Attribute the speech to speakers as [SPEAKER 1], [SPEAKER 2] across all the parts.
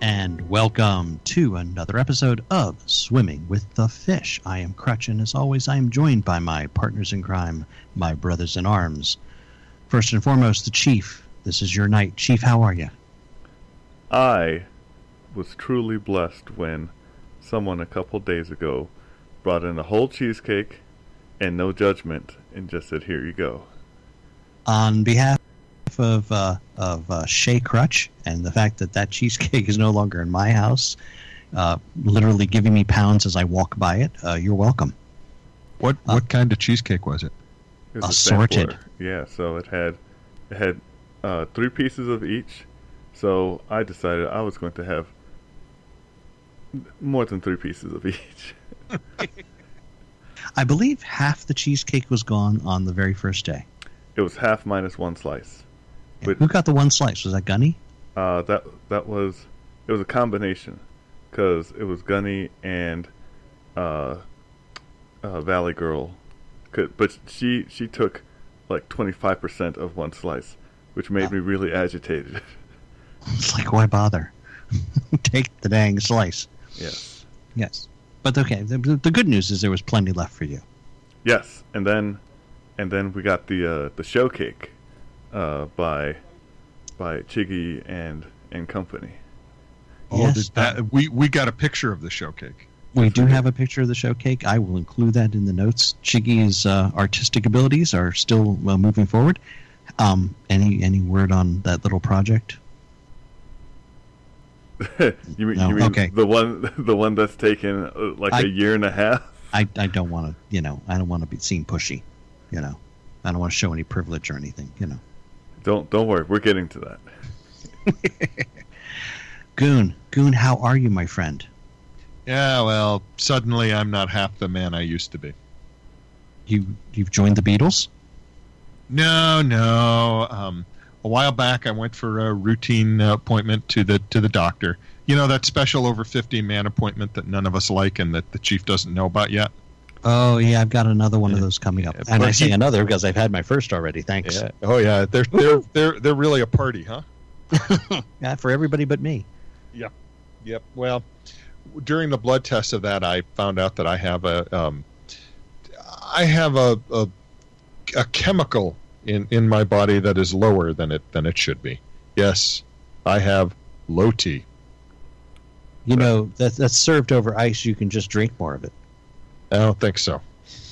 [SPEAKER 1] and welcome to another episode of Swimming with the Fish. I am Crutch, and as always, I am joined by my partners in crime, my brothers in arms. First and foremost, the Chief. This is your night. Chief, how are you?
[SPEAKER 2] I was truly blessed when someone a couple days ago brought in a whole cheesecake and no judgment and just said, Here you go.
[SPEAKER 1] On behalf of uh, of uh, Shea Crutch and the fact that that cheesecake is no longer in my house, uh, literally giving me pounds as I walk by it. Uh, you're welcome. Uh,
[SPEAKER 3] What what kind of cheesecake was it?
[SPEAKER 2] It was a
[SPEAKER 1] Assorted.
[SPEAKER 2] sampler. Yeah, so it had it had uh, three pieces of each. So I decided I was going to have more than three pieces of each.
[SPEAKER 1] I believe half the cheesecake was gone on the very first day.
[SPEAKER 2] It was half minus one slice.
[SPEAKER 1] Yeah.
[SPEAKER 2] But-
[SPEAKER 1] Who got the one slice? Was that Gunny?
[SPEAKER 2] Uh, that that was it was a combination because it was Gunny and uh, uh, Valley Girl, could, but she she took like twenty five percent of one slice, which made me really agitated.
[SPEAKER 1] It's like why bother? Take the dang slice.
[SPEAKER 2] yes,
[SPEAKER 1] Yes, but okay. The, the good news is there was plenty left for you.
[SPEAKER 2] yes, and then and then we got the uh, the show cake uh, by by Chiggy and and company.
[SPEAKER 3] Oh,
[SPEAKER 1] Yes, uh,
[SPEAKER 3] did that, we we got a picture of the showcake.
[SPEAKER 1] We do have a picture of the showcake. I will include that in the notes. Chiggy's uh, artistic abilities are still uh, moving forward. Um, any any word on that little project?
[SPEAKER 2] you mean,
[SPEAKER 1] No,
[SPEAKER 2] you mean
[SPEAKER 1] okay.
[SPEAKER 2] the one the one that's taken uh, like
[SPEAKER 1] I-
[SPEAKER 2] a year and a half?
[SPEAKER 1] I, I don't want to you know I don't want to be seen pushy, you know. I don't want to show any privilege or anything, you know.
[SPEAKER 2] Don't don't worry, we're getting to that.
[SPEAKER 1] Goon, Goon, how are you, my friend?
[SPEAKER 3] Yeah, well, suddenly I'm not half the man I used to be.
[SPEAKER 1] You you've joined the Beatles?
[SPEAKER 3] No, no. Um, a while back, I went for a routine uh, appointment to the to the doctor. You know that special over fifty man appointment that none of us like and that the chief doesn't know about yet.
[SPEAKER 1] Oh yeah, I've got another one of those coming up,
[SPEAKER 3] Yeah,
[SPEAKER 1] and I
[SPEAKER 3] but
[SPEAKER 1] say
[SPEAKER 3] he-
[SPEAKER 1] another because I've had my first already. Thanks.
[SPEAKER 3] Oh yeah. They're they're they're they're really a party, huh?
[SPEAKER 1] Yeah, for everybody but me.
[SPEAKER 3] Yep. Well, during the blood test of that, I found out that I have a, um, I have a, a, a chemical in, in my body that is lower than it than it should be. Yes, I have low T.
[SPEAKER 1] You know that that's served over ice. You can just drink more of it.
[SPEAKER 3] I don't think so.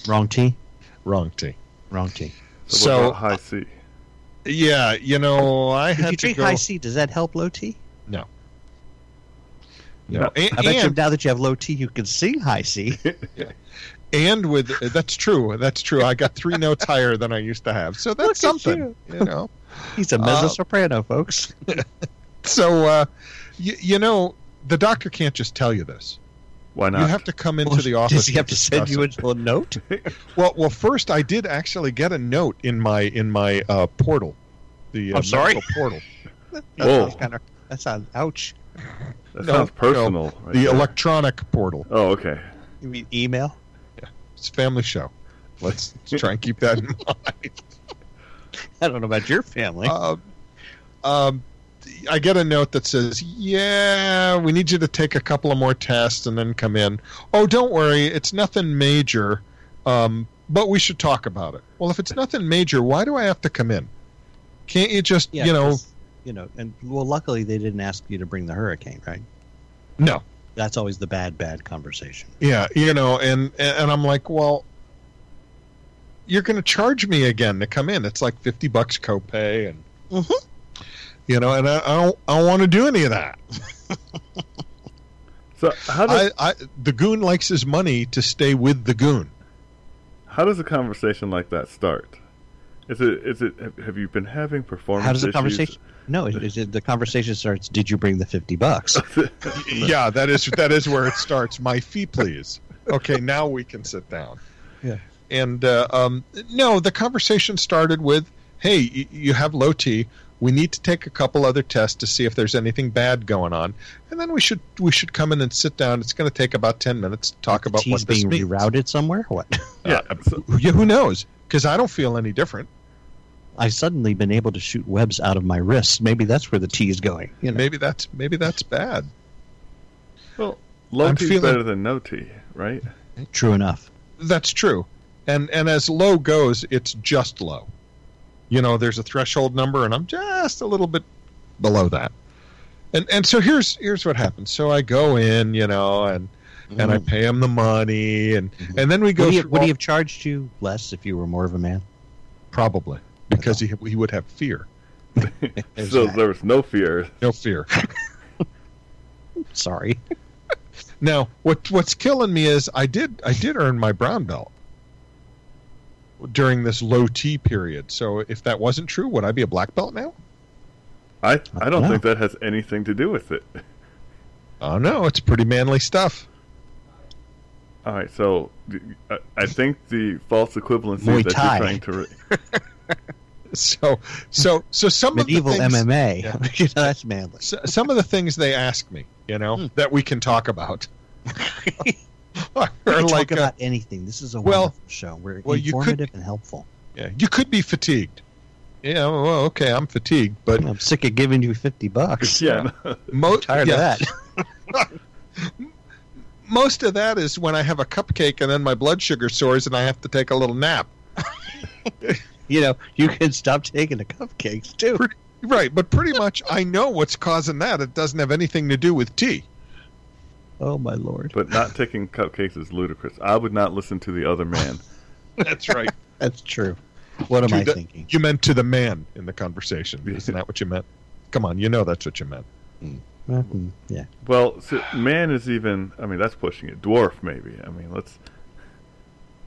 [SPEAKER 1] Wrong tea.
[SPEAKER 3] Wrong T.
[SPEAKER 1] Wrong tea.
[SPEAKER 2] what
[SPEAKER 3] So
[SPEAKER 2] about high C.
[SPEAKER 3] yeah, you know, I
[SPEAKER 1] If
[SPEAKER 3] had
[SPEAKER 1] you
[SPEAKER 3] to
[SPEAKER 1] Uh, drink
[SPEAKER 3] go.
[SPEAKER 1] high C, does that help low T?
[SPEAKER 3] you know, and,
[SPEAKER 1] I bet you
[SPEAKER 3] and-
[SPEAKER 1] now that you have low T, you can sing high C.
[SPEAKER 3] and with that's true. That's true. I got three notes higher than I used to have, so that's
[SPEAKER 1] Look at
[SPEAKER 3] something. you know.
[SPEAKER 1] He's a
[SPEAKER 3] Uh,
[SPEAKER 1] mezzo soprano, folks.
[SPEAKER 3] So, uh, y- you know, the doctor can't just tell you this.
[SPEAKER 2] Why not?
[SPEAKER 3] You have to come into the office.
[SPEAKER 1] Does he have to send
[SPEAKER 3] discuss
[SPEAKER 1] you a
[SPEAKER 3] it.
[SPEAKER 1] little note?
[SPEAKER 3] Well, well, first I did actually get a note in my in my uh, portal, the uh,
[SPEAKER 1] I'm sorry?
[SPEAKER 3] medical portal,
[SPEAKER 1] That
[SPEAKER 2] Whoa.
[SPEAKER 1] sounds kind of. That sounds ouch.
[SPEAKER 2] that
[SPEAKER 3] no,
[SPEAKER 2] sounds
[SPEAKER 3] no,
[SPEAKER 2] personal. right
[SPEAKER 3] the
[SPEAKER 2] there.
[SPEAKER 3] electronic portal.
[SPEAKER 2] Oh, okay.
[SPEAKER 1] You mean email?
[SPEAKER 3] It's a family show. Let's try and keep that in mind.
[SPEAKER 1] I don't know about your family.
[SPEAKER 3] Um, um, I get a note that says, "Yeah, we need you to take a couple of more tests and then come in." Oh, don't worry, it's nothing major, um, but we should talk about it. Well, if it's nothing major, why do I have to come in? Can't you just,
[SPEAKER 1] Yeah,
[SPEAKER 3] you know,
[SPEAKER 1] 'cause, you know, and well, luckily they didn't ask you to bring the hurricane, right?
[SPEAKER 3] no?
[SPEAKER 1] That's always the bad, bad conversation.
[SPEAKER 3] Yeah, you know, and and I'm like, well, you're going to charge me again to come in. It's like fifty bucks copay, and
[SPEAKER 1] Mhm.
[SPEAKER 3] you know, and I, I don't I don't want to do any of that.
[SPEAKER 2] So how does
[SPEAKER 3] I, I the goon likes his money to stay with the goon.
[SPEAKER 2] how does a conversation like that start? Is it is it have- have you been having performance?
[SPEAKER 1] How does the
[SPEAKER 2] issues?
[SPEAKER 1] conversation? No, it, it, the conversation starts. Did you bring the fifty bucks?
[SPEAKER 3] yeah, that is that is where it starts. My fee, please. Okay, now we can sit down.
[SPEAKER 1] Yeah.
[SPEAKER 3] And uh, um, no, the conversation started with, "Hey, y- you have low T. We need to take a couple other tests to see if there's anything bad going on, and then we should we should come in and sit down. It's going to take about ten minutes to talk about
[SPEAKER 1] T's
[SPEAKER 3] what this
[SPEAKER 1] being
[SPEAKER 3] means.
[SPEAKER 1] rerouted somewhere. What?
[SPEAKER 2] Yeah. so-
[SPEAKER 3] Yeah, who knows? Because I don't feel any different.
[SPEAKER 1] I've suddenly been able to shoot webs out of my wrists. Maybe that's where the T is going. You know?
[SPEAKER 3] Maybe that's maybe that's bad.
[SPEAKER 2] Well, low
[SPEAKER 3] I'm
[SPEAKER 2] tea's
[SPEAKER 3] feeling-
[SPEAKER 2] better than no tea, right?
[SPEAKER 1] True enough.
[SPEAKER 3] That's true. And and as low goes, it's just low. You know, there's a threshold number and I'm just a little bit below that. And and so here's here's what happens. So I go in, you know, and and I pay him the money and
[SPEAKER 1] Mhm.
[SPEAKER 3] and then we go
[SPEAKER 1] would, he,
[SPEAKER 3] through
[SPEAKER 1] would
[SPEAKER 3] all-
[SPEAKER 1] he have charged you less if you were more of a man?
[SPEAKER 3] probably because he he would have fear.
[SPEAKER 1] There's
[SPEAKER 2] so
[SPEAKER 1] that.
[SPEAKER 2] there was no fear.
[SPEAKER 3] No fear.
[SPEAKER 1] Sorry.
[SPEAKER 3] Now, what what's killing me is I did I did earn my brown belt during this low T period. So if that wasn't true, would I be a black belt now?
[SPEAKER 2] I I don't
[SPEAKER 1] Yeah.
[SPEAKER 2] think that has anything to do with it.
[SPEAKER 3] Oh no, it's pretty manly stuff.
[SPEAKER 2] All right, so the- I, I think the false equivalency
[SPEAKER 1] Muay
[SPEAKER 2] that
[SPEAKER 1] Thai.
[SPEAKER 2] you're trying to re-
[SPEAKER 3] So so so some
[SPEAKER 1] Medieval
[SPEAKER 3] of the things,
[SPEAKER 1] MMA.
[SPEAKER 3] Yeah.
[SPEAKER 1] you know, that's manly.
[SPEAKER 3] s- some of the things they ask me, you know,
[SPEAKER 1] Hmm.
[SPEAKER 3] that we can talk about. are
[SPEAKER 1] We can
[SPEAKER 3] like,
[SPEAKER 1] talk
[SPEAKER 3] uh,
[SPEAKER 1] about anything. This is a
[SPEAKER 3] well-
[SPEAKER 1] wonderful show. We're
[SPEAKER 3] well, you could-
[SPEAKER 1] informative and helpful.
[SPEAKER 3] yeah, you could be fatigued. Yeah, well, okay, I'm fatigued, but
[SPEAKER 1] I'm sick of giving you 50 bucks.
[SPEAKER 2] yeah.
[SPEAKER 3] mo-
[SPEAKER 1] Tired
[SPEAKER 3] yeah,
[SPEAKER 1] of that.
[SPEAKER 3] most of that is when I have a cupcake and then my blood sugar soars and I have to take a little nap.
[SPEAKER 1] You know, you can stop taking the cupcakes too.
[SPEAKER 3] Right, but pretty much I know what's causing that. It doesn't have anything to do with tea.
[SPEAKER 1] Oh, my lord.
[SPEAKER 2] But not taking cupcakes is ludicrous. I would not listen to the other man.
[SPEAKER 3] That's right.
[SPEAKER 1] That's true. What am
[SPEAKER 3] To
[SPEAKER 1] I
[SPEAKER 3] the-
[SPEAKER 1] thinking?
[SPEAKER 3] you meant to the man in the conversation. Isn't that what you meant? Come on, you know that's what you meant.
[SPEAKER 1] Mhm, Yeah.
[SPEAKER 2] Well, so man is even. I mean, that's pushing it. Dwarf, maybe. I mean, let's.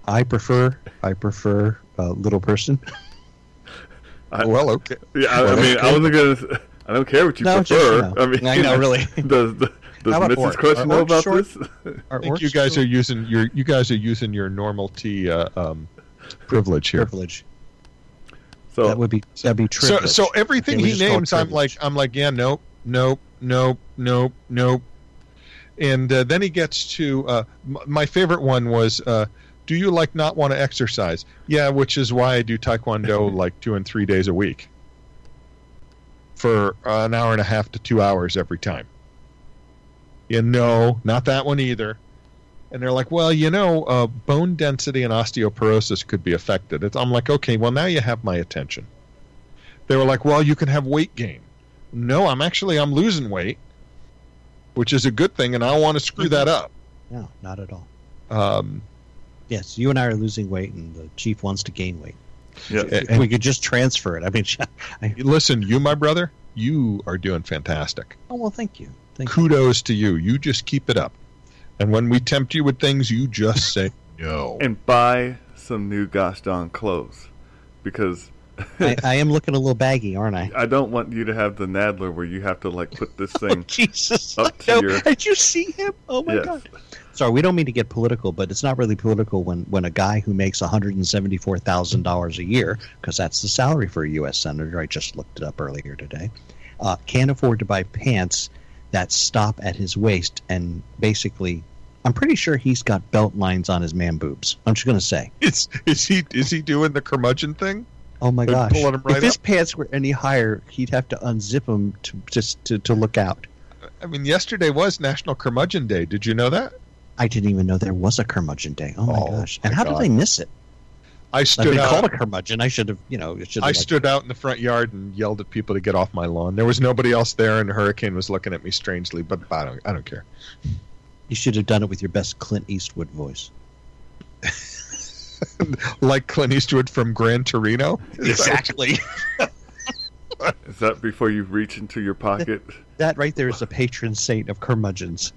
[SPEAKER 1] I prefer, I prefer uh, little person.
[SPEAKER 2] I,
[SPEAKER 3] well, okay.
[SPEAKER 2] yeah, I, I
[SPEAKER 1] well,
[SPEAKER 2] mean, I wasn't gonna. s- I don't care what you
[SPEAKER 1] No, just,
[SPEAKER 2] prefer.
[SPEAKER 1] you know.
[SPEAKER 2] I mean,
[SPEAKER 1] I know, really.
[SPEAKER 2] Does does
[SPEAKER 1] How about
[SPEAKER 2] Mrs.
[SPEAKER 1] orc?
[SPEAKER 2] Crush
[SPEAKER 1] Are
[SPEAKER 2] know
[SPEAKER 1] orcs
[SPEAKER 2] about
[SPEAKER 1] short?
[SPEAKER 2] this?
[SPEAKER 1] Are
[SPEAKER 3] I think
[SPEAKER 1] orcs
[SPEAKER 3] you guys
[SPEAKER 1] still
[SPEAKER 3] are using your you guys are using your normal tea uh, um, privilege here.
[SPEAKER 1] privilege.
[SPEAKER 2] So
[SPEAKER 1] That would be that'd be
[SPEAKER 3] So
[SPEAKER 1] trivial.
[SPEAKER 3] so everything
[SPEAKER 1] Okay, we
[SPEAKER 3] he
[SPEAKER 1] just call it
[SPEAKER 3] names, I'm like
[SPEAKER 1] privilege.
[SPEAKER 3] I'm like yeah, nope, nope, nope, nope, nope. And uh, then he gets to uh, m- my favorite one was, uh, do you like not want to exercise? Yeah, which is why I do taekwondo like two and three days a week for uh, an hour and a half to two hours every time. Yeah, no, not that one either. And they're like, well, you know, uh, bone density and osteoporosis could be affected. It's, I'm like, okay, well, now you have my attention. They were like, well, you can have weight gain. No, I'm actually I'm losing weight, which is a good thing, and I don't want to screw that up.
[SPEAKER 1] no, not at all.
[SPEAKER 3] Um,
[SPEAKER 1] Yes, you and I are losing weight, and the chief wants to gain weight.
[SPEAKER 2] yeah,
[SPEAKER 1] If we could just transfer it. I mean, I,
[SPEAKER 3] listen, you, my brother, you are doing fantastic.
[SPEAKER 1] oh well, thank you. Thank you.
[SPEAKER 3] Kudos to you. You just keep it up. And when we tempt you with things, you just say no.
[SPEAKER 2] and buy some new gosh darn clothes, because
[SPEAKER 1] I, I am looking a little baggy, aren't I?
[SPEAKER 2] I don't want you to have the Nadler where you have to like put this
[SPEAKER 1] Oh,
[SPEAKER 2] thing.
[SPEAKER 1] Jesus!
[SPEAKER 2] Up to
[SPEAKER 1] No,
[SPEAKER 2] your-
[SPEAKER 1] Did you see him? Oh my
[SPEAKER 2] Yes.
[SPEAKER 1] God! Sorry, we don't mean to get political, but it's not really political when when a guy who makes one hundred and seventy four thousand dollars a year, because that's the salary for a U.S. senator. I just looked it up earlier today. Uh, can't afford to buy pants that stop at his waist, and basically, I'm pretty sure he's got belt lines on his man boobs. I'm just gonna say.
[SPEAKER 3] Is is he is he doing the curmudgeon thing?
[SPEAKER 1] Oh my
[SPEAKER 3] They're
[SPEAKER 1] gosh!
[SPEAKER 3] pulling 'em right
[SPEAKER 1] if his pants were any higher, he'd have to unzip them to just to, to look out.
[SPEAKER 3] I mean, yesterday was National Curmudgeon Day. Did you know that?
[SPEAKER 1] I didn't even know there was a curmudgeon day. Oh my
[SPEAKER 3] Oh,
[SPEAKER 1] gosh! And
[SPEAKER 3] my
[SPEAKER 1] how
[SPEAKER 3] God.
[SPEAKER 1] did they miss it?
[SPEAKER 3] I
[SPEAKER 1] I've
[SPEAKER 3] stood
[SPEAKER 1] been
[SPEAKER 3] out.
[SPEAKER 1] called a curmudgeon. I should have, you know, it should
[SPEAKER 3] I
[SPEAKER 1] have. like,
[SPEAKER 3] stood out in the front yard and yelled at people to get off my lawn. There was nobody else there, and the hurricane was looking at me strangely. But I don't, I don't care.
[SPEAKER 1] you should have done it with your best Clint Eastwood voice.
[SPEAKER 3] Like Clint Eastwood from Gran Torino.
[SPEAKER 1] Exactly.
[SPEAKER 2] Is that before you reach into your pocket?
[SPEAKER 1] that right there is the patron saint of curmudgeons.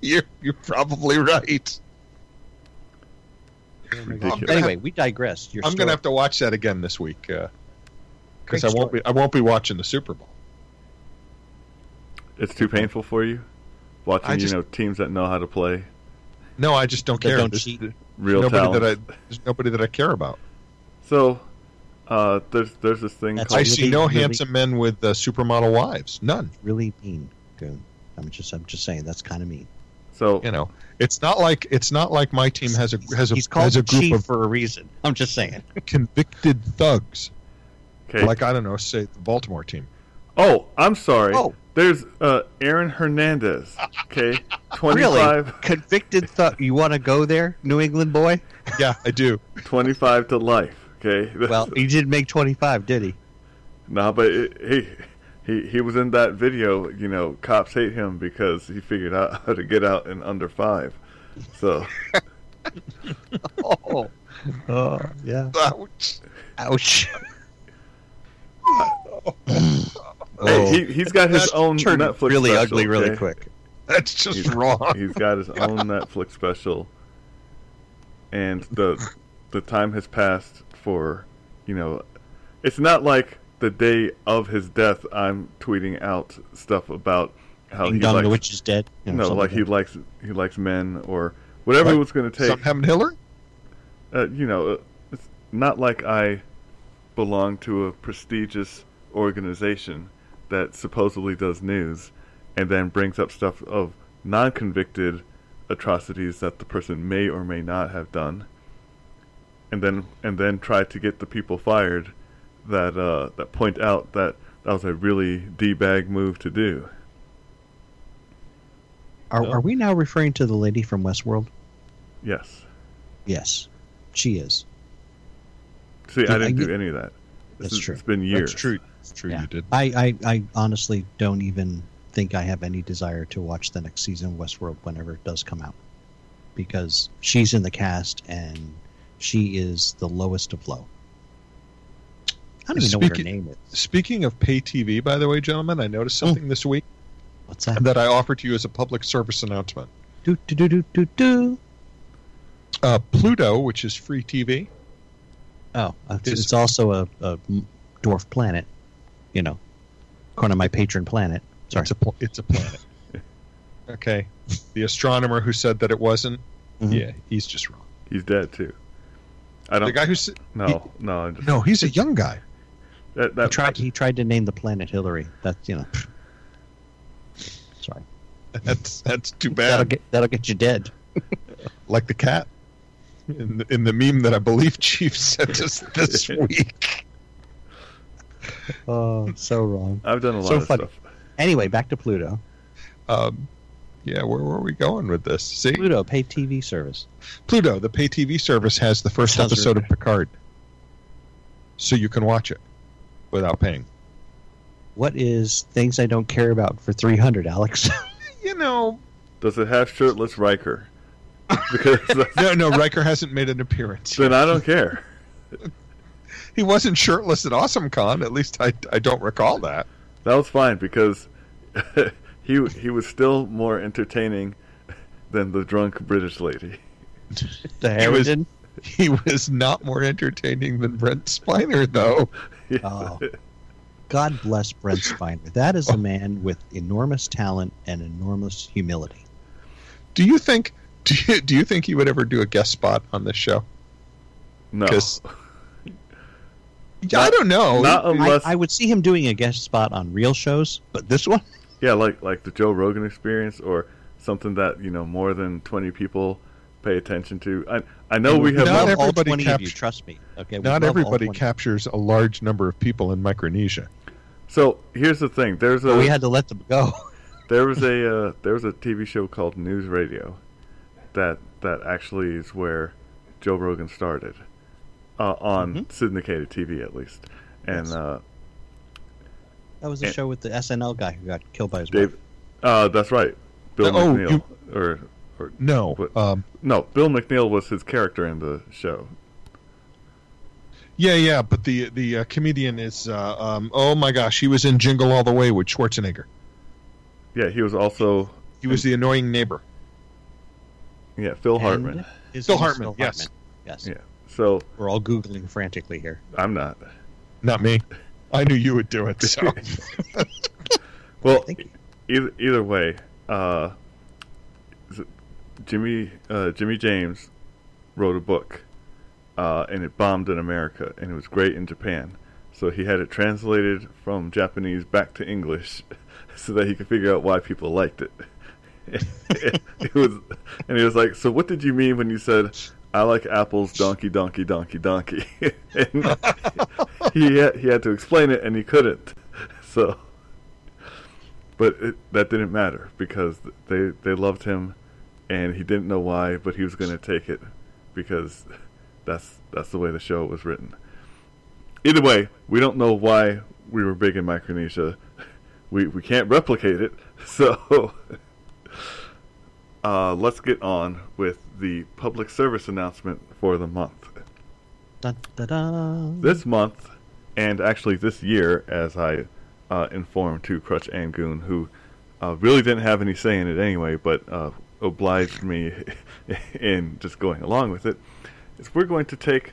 [SPEAKER 3] You're, you're probably right.
[SPEAKER 2] Ridiculous.
[SPEAKER 1] Anyway, we digress. Your
[SPEAKER 3] I'm
[SPEAKER 1] story-
[SPEAKER 3] gonna have to watch that again this week because
[SPEAKER 1] Great
[SPEAKER 3] I won't
[SPEAKER 1] story.
[SPEAKER 3] be I won't be watching the Super Bowl.
[SPEAKER 2] It's too painful for you.
[SPEAKER 3] I
[SPEAKER 2] Watching,
[SPEAKER 3] just-
[SPEAKER 2] you know, teams that know how to play
[SPEAKER 3] No, I just don't
[SPEAKER 1] That
[SPEAKER 3] care.
[SPEAKER 1] don't
[SPEAKER 3] There's
[SPEAKER 1] cheat.
[SPEAKER 2] real
[SPEAKER 3] nobody
[SPEAKER 2] talent.
[SPEAKER 3] that I there's nobody that I care about.
[SPEAKER 2] So, uh, there's there's this thing
[SPEAKER 1] That's
[SPEAKER 2] called
[SPEAKER 3] I
[SPEAKER 1] you'll
[SPEAKER 3] see
[SPEAKER 1] be
[SPEAKER 3] no
[SPEAKER 1] really-
[SPEAKER 3] handsome men with uh, supermodel wives. None.
[SPEAKER 1] Really mean, Goon. I'm just, I'm just saying that's kind of mean.
[SPEAKER 2] so
[SPEAKER 3] You know, it's not like it's not like my team has a has a
[SPEAKER 1] He's called
[SPEAKER 3] has a
[SPEAKER 1] the
[SPEAKER 3] group
[SPEAKER 1] chief
[SPEAKER 3] of
[SPEAKER 1] for a reason. I'm just saying.
[SPEAKER 3] convicted thugs.
[SPEAKER 2] okay.
[SPEAKER 3] Like I don't know, say the Baltimore team.
[SPEAKER 2] oh, I'm sorry.
[SPEAKER 1] Oh,
[SPEAKER 2] There's uh, Aaron Hernandez. Okay,
[SPEAKER 4] Really?
[SPEAKER 2] 25,
[SPEAKER 4] Convicted thug. You want to go there, New England boy?
[SPEAKER 3] Yeah, I do.
[SPEAKER 2] 25 to life. Okay.
[SPEAKER 4] Well, he didn't make 25, did he?
[SPEAKER 2] Nah, but it, he he he was in that video. You know, cops hate him because he figured out how to get out in under five. So
[SPEAKER 4] Oh. Oh, yeah.
[SPEAKER 3] Ouch.
[SPEAKER 4] Ouch.
[SPEAKER 2] hey,
[SPEAKER 3] Oh.
[SPEAKER 2] he he's got his
[SPEAKER 3] That
[SPEAKER 2] own
[SPEAKER 4] Oh. Turned
[SPEAKER 2] Netflix
[SPEAKER 4] really
[SPEAKER 2] special,
[SPEAKER 4] ugly really
[SPEAKER 2] okay?
[SPEAKER 4] quick.
[SPEAKER 3] That's just
[SPEAKER 2] He's-
[SPEAKER 3] wrong.
[SPEAKER 2] He's got his own Netflix special, and the the time has passed for you know, it's not like the day of his death. I'm tweeting out stuff about how
[SPEAKER 1] Ding
[SPEAKER 2] he
[SPEAKER 1] dong,
[SPEAKER 2] likes
[SPEAKER 1] the witch is dead. you know,
[SPEAKER 2] Oh, no,
[SPEAKER 1] something
[SPEAKER 2] like he
[SPEAKER 1] that.
[SPEAKER 2] likes he likes men or whatever
[SPEAKER 3] What?
[SPEAKER 2] it was going to take.
[SPEAKER 3] Something happened to Hillary?
[SPEAKER 2] uh, you know, uh, it's not like I belong to a prestigious organization that supposedly does news and then brings up stuff of non convicted atrocities that the person may or may not have done and then and then try to get the people fired that uh, that point out that that was a really d bag move to do.
[SPEAKER 1] Are, are we now referring to the lady from Westworld?
[SPEAKER 2] Yes.
[SPEAKER 1] Yes, she is.
[SPEAKER 2] See, I
[SPEAKER 1] Yeah, I
[SPEAKER 2] didn't
[SPEAKER 1] get-
[SPEAKER 2] do any of that. This
[SPEAKER 1] That's
[SPEAKER 2] is-
[SPEAKER 1] true.
[SPEAKER 2] It's been years.
[SPEAKER 3] That's true. It's true.
[SPEAKER 1] Yeah.
[SPEAKER 3] You did.
[SPEAKER 1] I, I, I honestly don't even think I have any desire to watch the next season of Westworld whenever it does come out. Because she's in the cast and she is the lowest of low. I don't even know what her
[SPEAKER 3] Speaking-
[SPEAKER 1] name is.
[SPEAKER 3] Speaking of pay TV, by the way, gentlemen, I noticed
[SPEAKER 2] Hmm.
[SPEAKER 3] something this week
[SPEAKER 1] What's that?
[SPEAKER 3] that I offer to you as a public service announcement.
[SPEAKER 1] Do, do, do, do, do, do.
[SPEAKER 3] Uh, Pluto, which is free TV,
[SPEAKER 1] Oh, it's,
[SPEAKER 3] Is-
[SPEAKER 1] it's also a, a dwarf planet, you know, according to my patron planet. Sorry.
[SPEAKER 3] it's a pl- it's a planet. okay, the astronomer who said that it wasn't,
[SPEAKER 1] Mhm.
[SPEAKER 3] yeah, he's just wrong.
[SPEAKER 2] He's dead too. I
[SPEAKER 3] The
[SPEAKER 2] don't
[SPEAKER 3] guy who said
[SPEAKER 2] no no I'm just,
[SPEAKER 3] no, he's a young guy.
[SPEAKER 2] that,
[SPEAKER 1] He
[SPEAKER 3] Uh,
[SPEAKER 2] that
[SPEAKER 1] tried, he tried to name the planet Hillary. That's, you know. Sorry.
[SPEAKER 3] That's that's too
[SPEAKER 1] That'll
[SPEAKER 3] bad.
[SPEAKER 1] get, that'll get you dead.
[SPEAKER 3] like the cat in the, in the meme that I believe Chief sent us this week.
[SPEAKER 1] Oh, so wrong.
[SPEAKER 2] I've done a lot
[SPEAKER 1] So
[SPEAKER 2] of
[SPEAKER 1] funny.
[SPEAKER 2] stuff.
[SPEAKER 1] Anyway, back to Pluto.
[SPEAKER 3] Um, yeah, where were we going with this? See,
[SPEAKER 1] Pluto, pay TV service.
[SPEAKER 3] Pluto, the pay TV service, has the first
[SPEAKER 1] Sounds
[SPEAKER 3] episode
[SPEAKER 1] right.
[SPEAKER 3] of Picard, so you can watch it without paying.
[SPEAKER 1] What is things I don't care about for 300, Alex?
[SPEAKER 3] You know,
[SPEAKER 2] Does it have shirtless Riker? Because
[SPEAKER 3] no, no, Riker hasn't made an appearance.
[SPEAKER 2] then I don't care.
[SPEAKER 3] He wasn't shirtless at AwesomeCon. At least I, I don't recall that.
[SPEAKER 2] That was fine because he he was still more entertaining than the drunk British lady.
[SPEAKER 1] the
[SPEAKER 3] was-
[SPEAKER 1] Harrington?
[SPEAKER 3] He was not more entertaining than Brent Spiner, though.
[SPEAKER 1] Oh. God bless Brent Spiner. That
[SPEAKER 3] Oh.
[SPEAKER 1] is a man with enormous talent and enormous humility.
[SPEAKER 3] Do you think? Do you, do you think he would ever do a guest spot on this show?
[SPEAKER 2] No,
[SPEAKER 3] 'Cause- Yeah, I don't know.
[SPEAKER 2] not
[SPEAKER 1] I,
[SPEAKER 2] unless
[SPEAKER 1] I would see him doing a guest spot on real shows, but this one?
[SPEAKER 2] yeah, like like the Joe Rogan Experience or something that you know more than twenty people pay attention to. I I know we have
[SPEAKER 3] Not
[SPEAKER 1] love
[SPEAKER 2] all-
[SPEAKER 3] every-
[SPEAKER 1] all
[SPEAKER 3] everybody
[SPEAKER 1] 20 of you,
[SPEAKER 3] captured-
[SPEAKER 1] trust me. Okay, we
[SPEAKER 3] not
[SPEAKER 1] love all
[SPEAKER 3] everybody
[SPEAKER 1] 20.
[SPEAKER 3] captures a large number of people in Micronesia.
[SPEAKER 2] so here's the thing. There's a
[SPEAKER 1] But we had to let them go.
[SPEAKER 2] There was a uh, there was a TV show called News Radio, that that actually is where Joe Rogan started, uh, on syndicated TV at least, and
[SPEAKER 1] Mm-hmm. Yes.
[SPEAKER 2] uh,
[SPEAKER 1] That was a
[SPEAKER 2] And-
[SPEAKER 1] show with the SNL guy who got killed by his
[SPEAKER 2] Dave,
[SPEAKER 1] wife.
[SPEAKER 2] uh, that's right, Bill
[SPEAKER 3] Oh,
[SPEAKER 2] McNeil or or
[SPEAKER 3] No,
[SPEAKER 2] What?
[SPEAKER 3] um,
[SPEAKER 2] no Bill McNeil was his character in the show.
[SPEAKER 3] yeah, yeah, but the the uh, comedian is uh, um, oh my gosh, he was in Jingle All the Way with Schwarzenegger.
[SPEAKER 2] Yeah, he was also
[SPEAKER 3] He was the annoying neighbor.
[SPEAKER 2] yeah Phil
[SPEAKER 1] And
[SPEAKER 2] Hartman.
[SPEAKER 1] his
[SPEAKER 3] Phil
[SPEAKER 1] name is
[SPEAKER 3] Hartman, yes.
[SPEAKER 1] Yes.
[SPEAKER 2] Yeah, so
[SPEAKER 1] We're all Googling frantically here.
[SPEAKER 2] I'm not.
[SPEAKER 3] Not me. I knew you would do it. So.
[SPEAKER 2] Well,
[SPEAKER 1] Thank you.
[SPEAKER 2] either either way, uh, is it- Jimmy uh, Jimmy James wrote a book, uh, and it bombed in America, and it was great in Japan. So he had it translated from Japanese back to English, so that he could figure out why people liked it. it was, and he was like, "So what did you mean when you said?" I like apples, donkey, donkey, donkey, donkey. and he had, he had to explain it, and he couldn't. So but it, that didn't matter because they they loved him, and he didn't know why, but he was going to take it because that's that's the way the show was written. Either way, we don't know why we were big in Micronesia. We we can't replicate it, so uh, let's get on with the public service announcement for the month.
[SPEAKER 1] Dun, dun, dun.
[SPEAKER 2] This month, and actually this year, as I uh, informed to Crutch and Goon, who uh, really didn't have any say in it anyway, but uh, obliged me in just going along with it, is we're going to take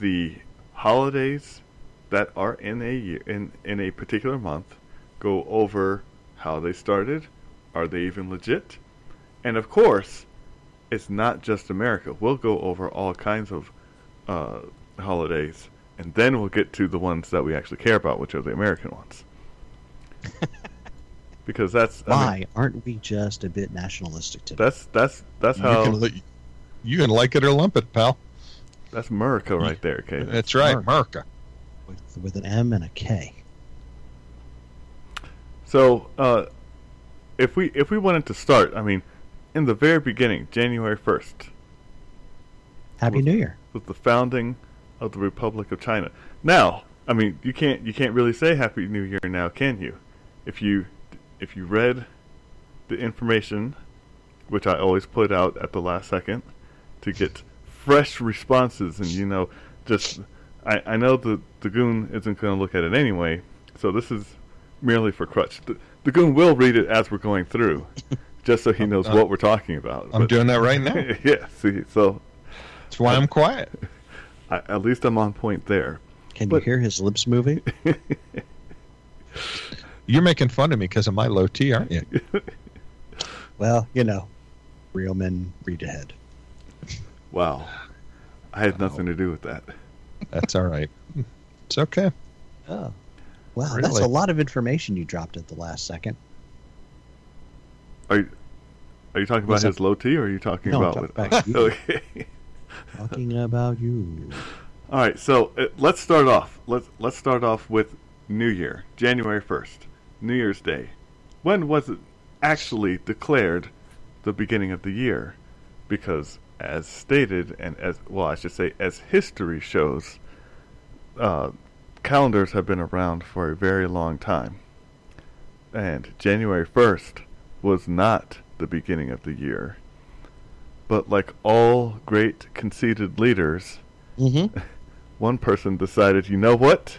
[SPEAKER 2] the holidays that are in a year, in, in a particular month, go over how they started, are they even legit, and of course, it's not just America. We'll go over all kinds of uh, holidays, and then we'll get to the ones that we actually care about, which are the American ones. because that's I mean,
[SPEAKER 1] Why aren't we just a bit nationalistic today?
[SPEAKER 2] that's that's that's
[SPEAKER 3] you,
[SPEAKER 2] how
[SPEAKER 3] can, li- you can like it or lump it, pal.
[SPEAKER 2] that's America right there, Kate.
[SPEAKER 3] That's right,
[SPEAKER 1] Mark.
[SPEAKER 3] America.
[SPEAKER 1] With, with an M and a K.
[SPEAKER 2] So uh, if we if we wanted to start, I mean, in the very beginning, January first,
[SPEAKER 1] Happy
[SPEAKER 2] Well-
[SPEAKER 1] New Year.
[SPEAKER 2] was the founding of the Republic of China. Now, I mean, you can't you can't really say Happy New Year now, can you? If you if you read the information, which I always put out at the last second to get fresh responses, and you know, just I, I know the the goon isn't going to look at it anyway, so this is merely for crutch. The, the goon will read it as we're going through, just so he knows
[SPEAKER 3] uh,
[SPEAKER 2] what we're talking about.
[SPEAKER 3] I'm
[SPEAKER 2] but-
[SPEAKER 3] doing that right now.
[SPEAKER 2] yeah, see, so
[SPEAKER 3] That's why I'm quiet.
[SPEAKER 2] I, at least I'm on point there.
[SPEAKER 1] Can
[SPEAKER 2] But-
[SPEAKER 1] you hear his lips moving?
[SPEAKER 3] You're making fun of me because of my low T, aren't you?
[SPEAKER 1] Well, you know, real men read ahead.
[SPEAKER 2] Wow. I had nothing to do with that.
[SPEAKER 3] That's all right. It's okay.
[SPEAKER 1] Oh. Wow, that's
[SPEAKER 3] Really?
[SPEAKER 1] a lot of information you dropped at the last second.
[SPEAKER 2] Are you, are you talking about
[SPEAKER 1] What's
[SPEAKER 2] his low T or are you talking
[SPEAKER 1] No, I'm
[SPEAKER 2] about
[SPEAKER 1] talking about you.
[SPEAKER 2] Okay.
[SPEAKER 1] Talking about you.
[SPEAKER 2] All right, so uh, let's start off. Let's let's start off with New Year, January 1st, New Year's Day. When was it actually declared the beginning of the year? Because as stated and as well, I should say as history shows, uh, calendars have been around for a very long time. And January 1st was not the beginning of the year. But like all great conceited leaders,
[SPEAKER 1] Mm-hmm.
[SPEAKER 2] one person decided, you know what?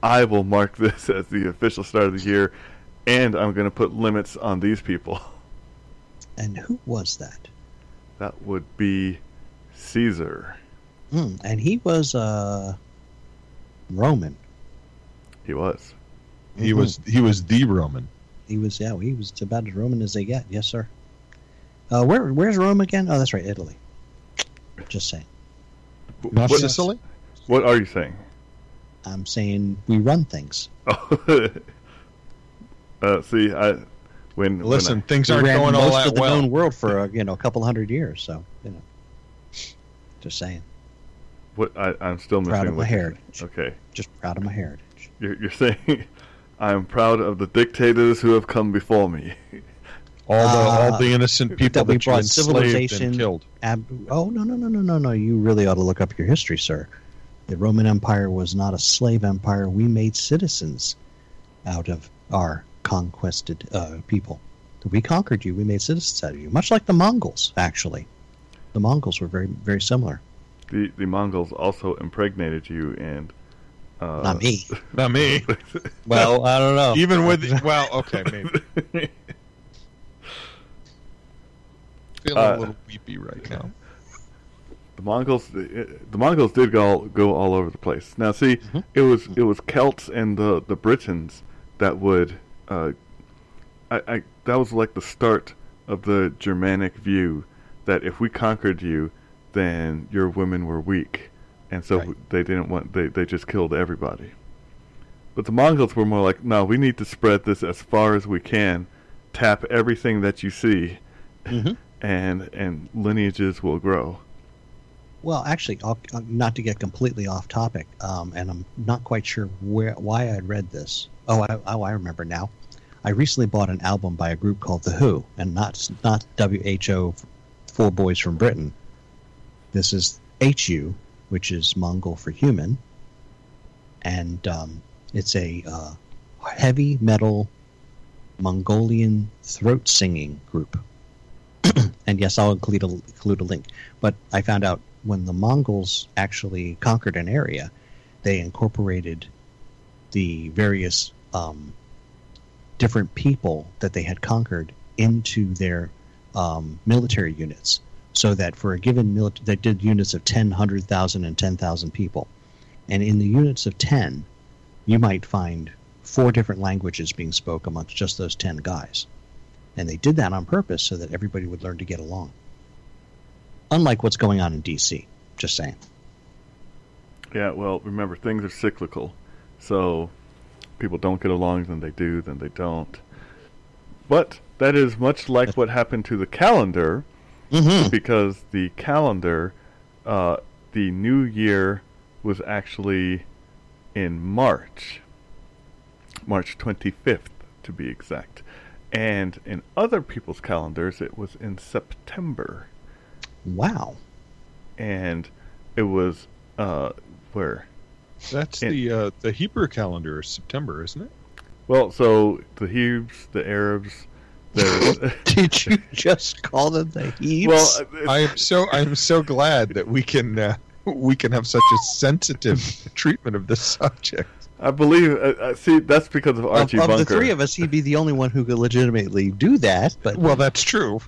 [SPEAKER 2] I will mark this as the official start of the year, and I'm going to put limits on these people.
[SPEAKER 1] And who was that?
[SPEAKER 2] That would be Caesar.
[SPEAKER 1] Hmm. And he was uh, Roman.
[SPEAKER 2] He was.
[SPEAKER 1] Mm-hmm.
[SPEAKER 3] He was he was the Roman.
[SPEAKER 1] He was, yeah, he was about as Roman as they get. Yes, sir. Uh, where Where's Rome again? Oh, that's right, Italy. Just saying.
[SPEAKER 2] W-
[SPEAKER 3] Not
[SPEAKER 2] what,
[SPEAKER 3] Sicily?
[SPEAKER 2] what are you saying?
[SPEAKER 1] I'm saying we run things.
[SPEAKER 2] Oh, uh, see, I when when I-
[SPEAKER 3] Listen, things
[SPEAKER 1] We
[SPEAKER 3] aren't
[SPEAKER 1] ran
[SPEAKER 3] going all
[SPEAKER 1] most
[SPEAKER 3] that
[SPEAKER 1] of the
[SPEAKER 3] well.
[SPEAKER 1] known world for uh, you know a couple hundred years. So you know, just saying,
[SPEAKER 2] what I, I'm still missing.
[SPEAKER 1] proud of
[SPEAKER 2] what
[SPEAKER 1] my
[SPEAKER 2] you're
[SPEAKER 1] heritage.
[SPEAKER 2] saying. Okay,
[SPEAKER 1] Just proud of my heritage.
[SPEAKER 2] you're, you're saying I'm proud of the dictators who have come before me.
[SPEAKER 3] All the
[SPEAKER 1] Ah,
[SPEAKER 3] all the innocent people
[SPEAKER 1] that we
[SPEAKER 3] that, you
[SPEAKER 1] brought
[SPEAKER 3] enslaved
[SPEAKER 1] civilization-
[SPEAKER 3] and killed.
[SPEAKER 1] Ab- oh no no no no no no! You really ought to look up your history, sir. The Roman Empire was not a slave empire. We made citizens out of our conquested uh, people. We conquered you. We made citizens out of you, much like the Mongols. Actually, the Mongols were very very similar.
[SPEAKER 2] The the Mongols also impregnated you and. Uh,
[SPEAKER 1] not me.
[SPEAKER 3] Not me.
[SPEAKER 4] Well, I don't know.
[SPEAKER 1] Oh,
[SPEAKER 3] Even with well, okay, maybe feeling
[SPEAKER 2] Uh,
[SPEAKER 3] a little weepy right now.
[SPEAKER 2] The Mongols, the the Mongols did go all, go all over the place. Now, see,
[SPEAKER 1] Mhm.
[SPEAKER 2] it was it was Celts and the the Britons that would, uh, I, I that was like the start of the Germanic view that if we conquered you, then your women were weak, and so
[SPEAKER 3] Right.
[SPEAKER 2] they didn't want they they just killed everybody. But the Mongols were more like, no, we need to spread this as far as we can, tap everything that you see,
[SPEAKER 1] Mhm.
[SPEAKER 2] and and lineages will grow.
[SPEAKER 1] Well, actually, I'll, uh, not to get completely off topic, um, and I'm not quite sure where why I read this. Oh, I, oh, I remember now. I recently bought an album by a group called The Who, and not not WHO, Four Boys from Britain. This is HU, which is Mongol for human, and um, it's a uh, heavy metal Mongolian throat singing group. and yes, I'll include a, include a link. But I found out when the Mongols actually conquered an area, they incorporated the various um, different people that they had conquered into their um, military units. So that for a given military, they did units of 10, 100,000, and 10,000 people. And in the units of 10, you might find four different languages being spoke amongst just those 10 guys. And they did that on purpose so that everybody would learn to get along. Unlike what's going on in DC, just saying.
[SPEAKER 2] Yeah, well, remember, things are cyclical. So people don't get along, then they do, then they don't. But that is much like what happened to the calendar,
[SPEAKER 1] mm-hmm.
[SPEAKER 2] because the calendar, uh, the new year was actually in March, March 25th to be exact. And in other people's calendars, it was in September.
[SPEAKER 1] Wow.
[SPEAKER 2] And it was uh, where?
[SPEAKER 3] That's in, the uh, the Hebrew calendar, September, isn't it?
[SPEAKER 2] Well, so the Hebrews, the Arabs.
[SPEAKER 1] Did you just call them the
[SPEAKER 2] uh,
[SPEAKER 1] Hebrews?
[SPEAKER 3] Well, I am so I am so glad that we can uh, we can have such a sensitive treatment of this subject.
[SPEAKER 2] I believe. Uh, see, that's because of Archie
[SPEAKER 1] of,
[SPEAKER 2] Bunker.
[SPEAKER 1] Of the three of us, he'd be the only one who could legitimately do that. But
[SPEAKER 3] well, that's true.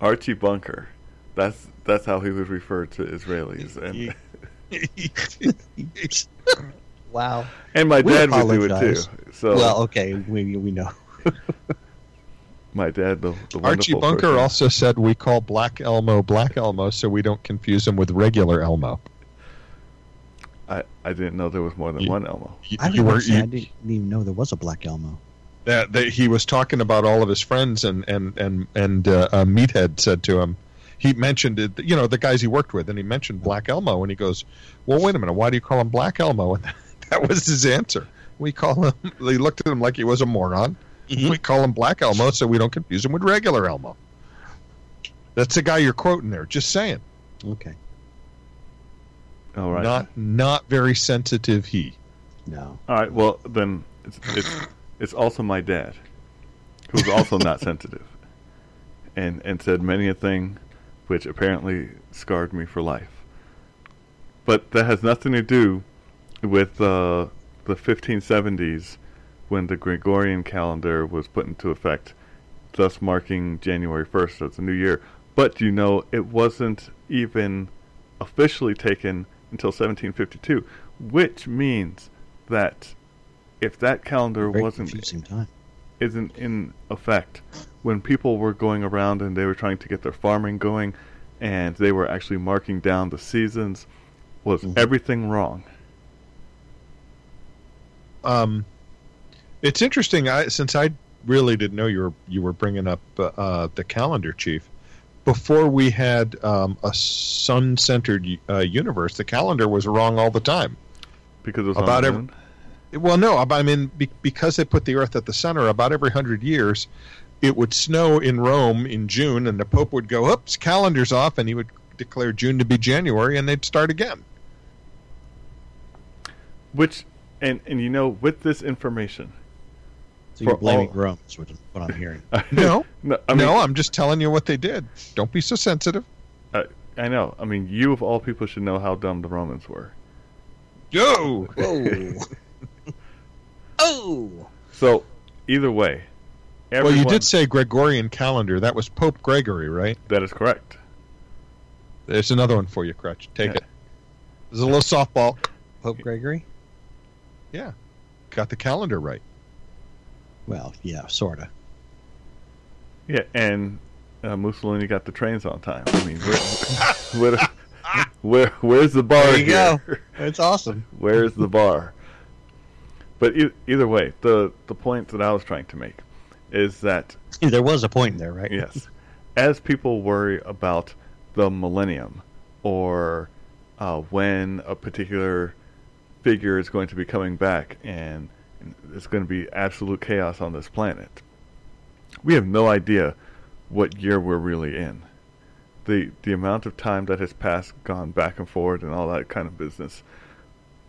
[SPEAKER 2] Archie Bunker. That's that's how he would refer to Israelis and.
[SPEAKER 1] wow.
[SPEAKER 2] And my dad would do it too. So
[SPEAKER 1] well, okay, we we know.
[SPEAKER 2] my dad, the, the
[SPEAKER 3] Archie Bunker, person. also said we call Black Elmo Black Elmo, so we don't confuse him with regular Elmo.
[SPEAKER 2] I I didn't know there was more than
[SPEAKER 1] you,
[SPEAKER 2] one Elmo.
[SPEAKER 1] You, I, you were, say, I didn't even know there was a Black Elmo.
[SPEAKER 3] That, that he was talking about all of his friends, and and and and uh, uh, Meathead said to him he mentioned it, you know, the guys he worked with, and he mentioned Black Elmo, and he goes, "Well, wait a minute, why do you call him Black Elmo?" And that was his answer. We call him. They looked at him like he was a moron. Mm-hmm. We call him Black Elmo so we don't confuse him with regular Elmo. That's the guy you're quoting there. Just saying.
[SPEAKER 1] Okay.
[SPEAKER 2] All right.
[SPEAKER 3] Not not very sensitive. He.
[SPEAKER 1] No.
[SPEAKER 2] All right. Well, then it's it's, it's also my dad, who's also not sensitive, and and said many a thing which apparently scarred me for life. But that has nothing to do with uh, the 1570s when the Gregorian calendar was put into effect, thus marking January 1st as a new year. But you know, it wasn't even officially taken until 1752, which means that if that calendar
[SPEAKER 1] Very
[SPEAKER 2] wasn't isn't in effect when people were going around and they were trying to get their farming going and they were actually marking down the seasons was mm-hmm. everything wrong
[SPEAKER 3] um it's interesting I, since i really didn't know you were you were bringing up uh, the calendar chief before we had um, a sun-centered uh, universe the calendar was wrong all the time
[SPEAKER 2] because it was about
[SPEAKER 3] every well no i mean because they put the earth at the center about every hundred years it would snow in rome in june and the pope would go oops calendars off and he would declare june to be january and they'd start again
[SPEAKER 2] which and and you know with this information
[SPEAKER 1] so you're blaming all, rome is what i'm hearing
[SPEAKER 3] no no, I mean, no i'm just telling you what they did don't be so sensitive
[SPEAKER 2] I, I know i mean you of all people should know how dumb the romans were
[SPEAKER 3] yo
[SPEAKER 1] whoa Oh.
[SPEAKER 2] So, either way.
[SPEAKER 3] Everyone, well, you did say Gregorian calendar. That was Pope Gregory, right?
[SPEAKER 2] That is correct.
[SPEAKER 3] There's another one for you, Crutch. Take yeah. it. There's a little softball.
[SPEAKER 1] Pope Gregory?
[SPEAKER 3] Yeah. Got the calendar right.
[SPEAKER 1] Well, yeah, sort of.
[SPEAKER 2] Yeah, and uh, Mussolini got the trains on time. I mean, where, where, where, where's the bar?
[SPEAKER 1] There you
[SPEAKER 2] here?
[SPEAKER 1] go. That's awesome.
[SPEAKER 2] Where's the bar? but e- either way, the the point that I was trying to make is that
[SPEAKER 1] there was a point there, right?
[SPEAKER 2] yes. As people worry about the millennium or uh, when a particular figure is going to be coming back and It's going to be absolute chaos on this planet. We have no idea what year we're really in. The the amount of time that has passed, gone back and forward, and all that kind of business.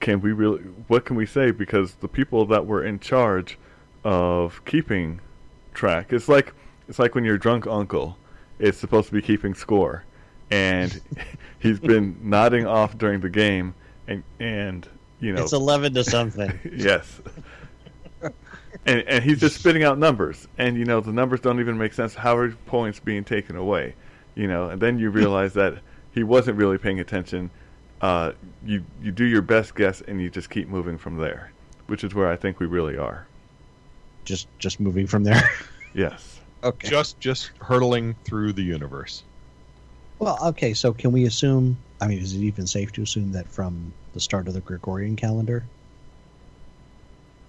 [SPEAKER 2] Can we really? What can we say? Because the people that were in charge of keeping track, it's like it's like when your drunk uncle is supposed to be keeping score, and he's been nodding off during the game, and and you know
[SPEAKER 5] it's eleven to something.
[SPEAKER 2] yes, and and he's just spitting out numbers, and you know the numbers don't even make sense. How are points being taken away? You know, and then you realize that he wasn't really paying attention. Uh, you you do your best guess, and you just keep moving from there, which is where I think we really are.
[SPEAKER 1] Just just moving from there.
[SPEAKER 2] yes.
[SPEAKER 3] Okay. Just just hurtling through the universe.
[SPEAKER 1] Well, okay. So can we assume? I mean, is it even safe to assume that from the start of the Gregorian calendar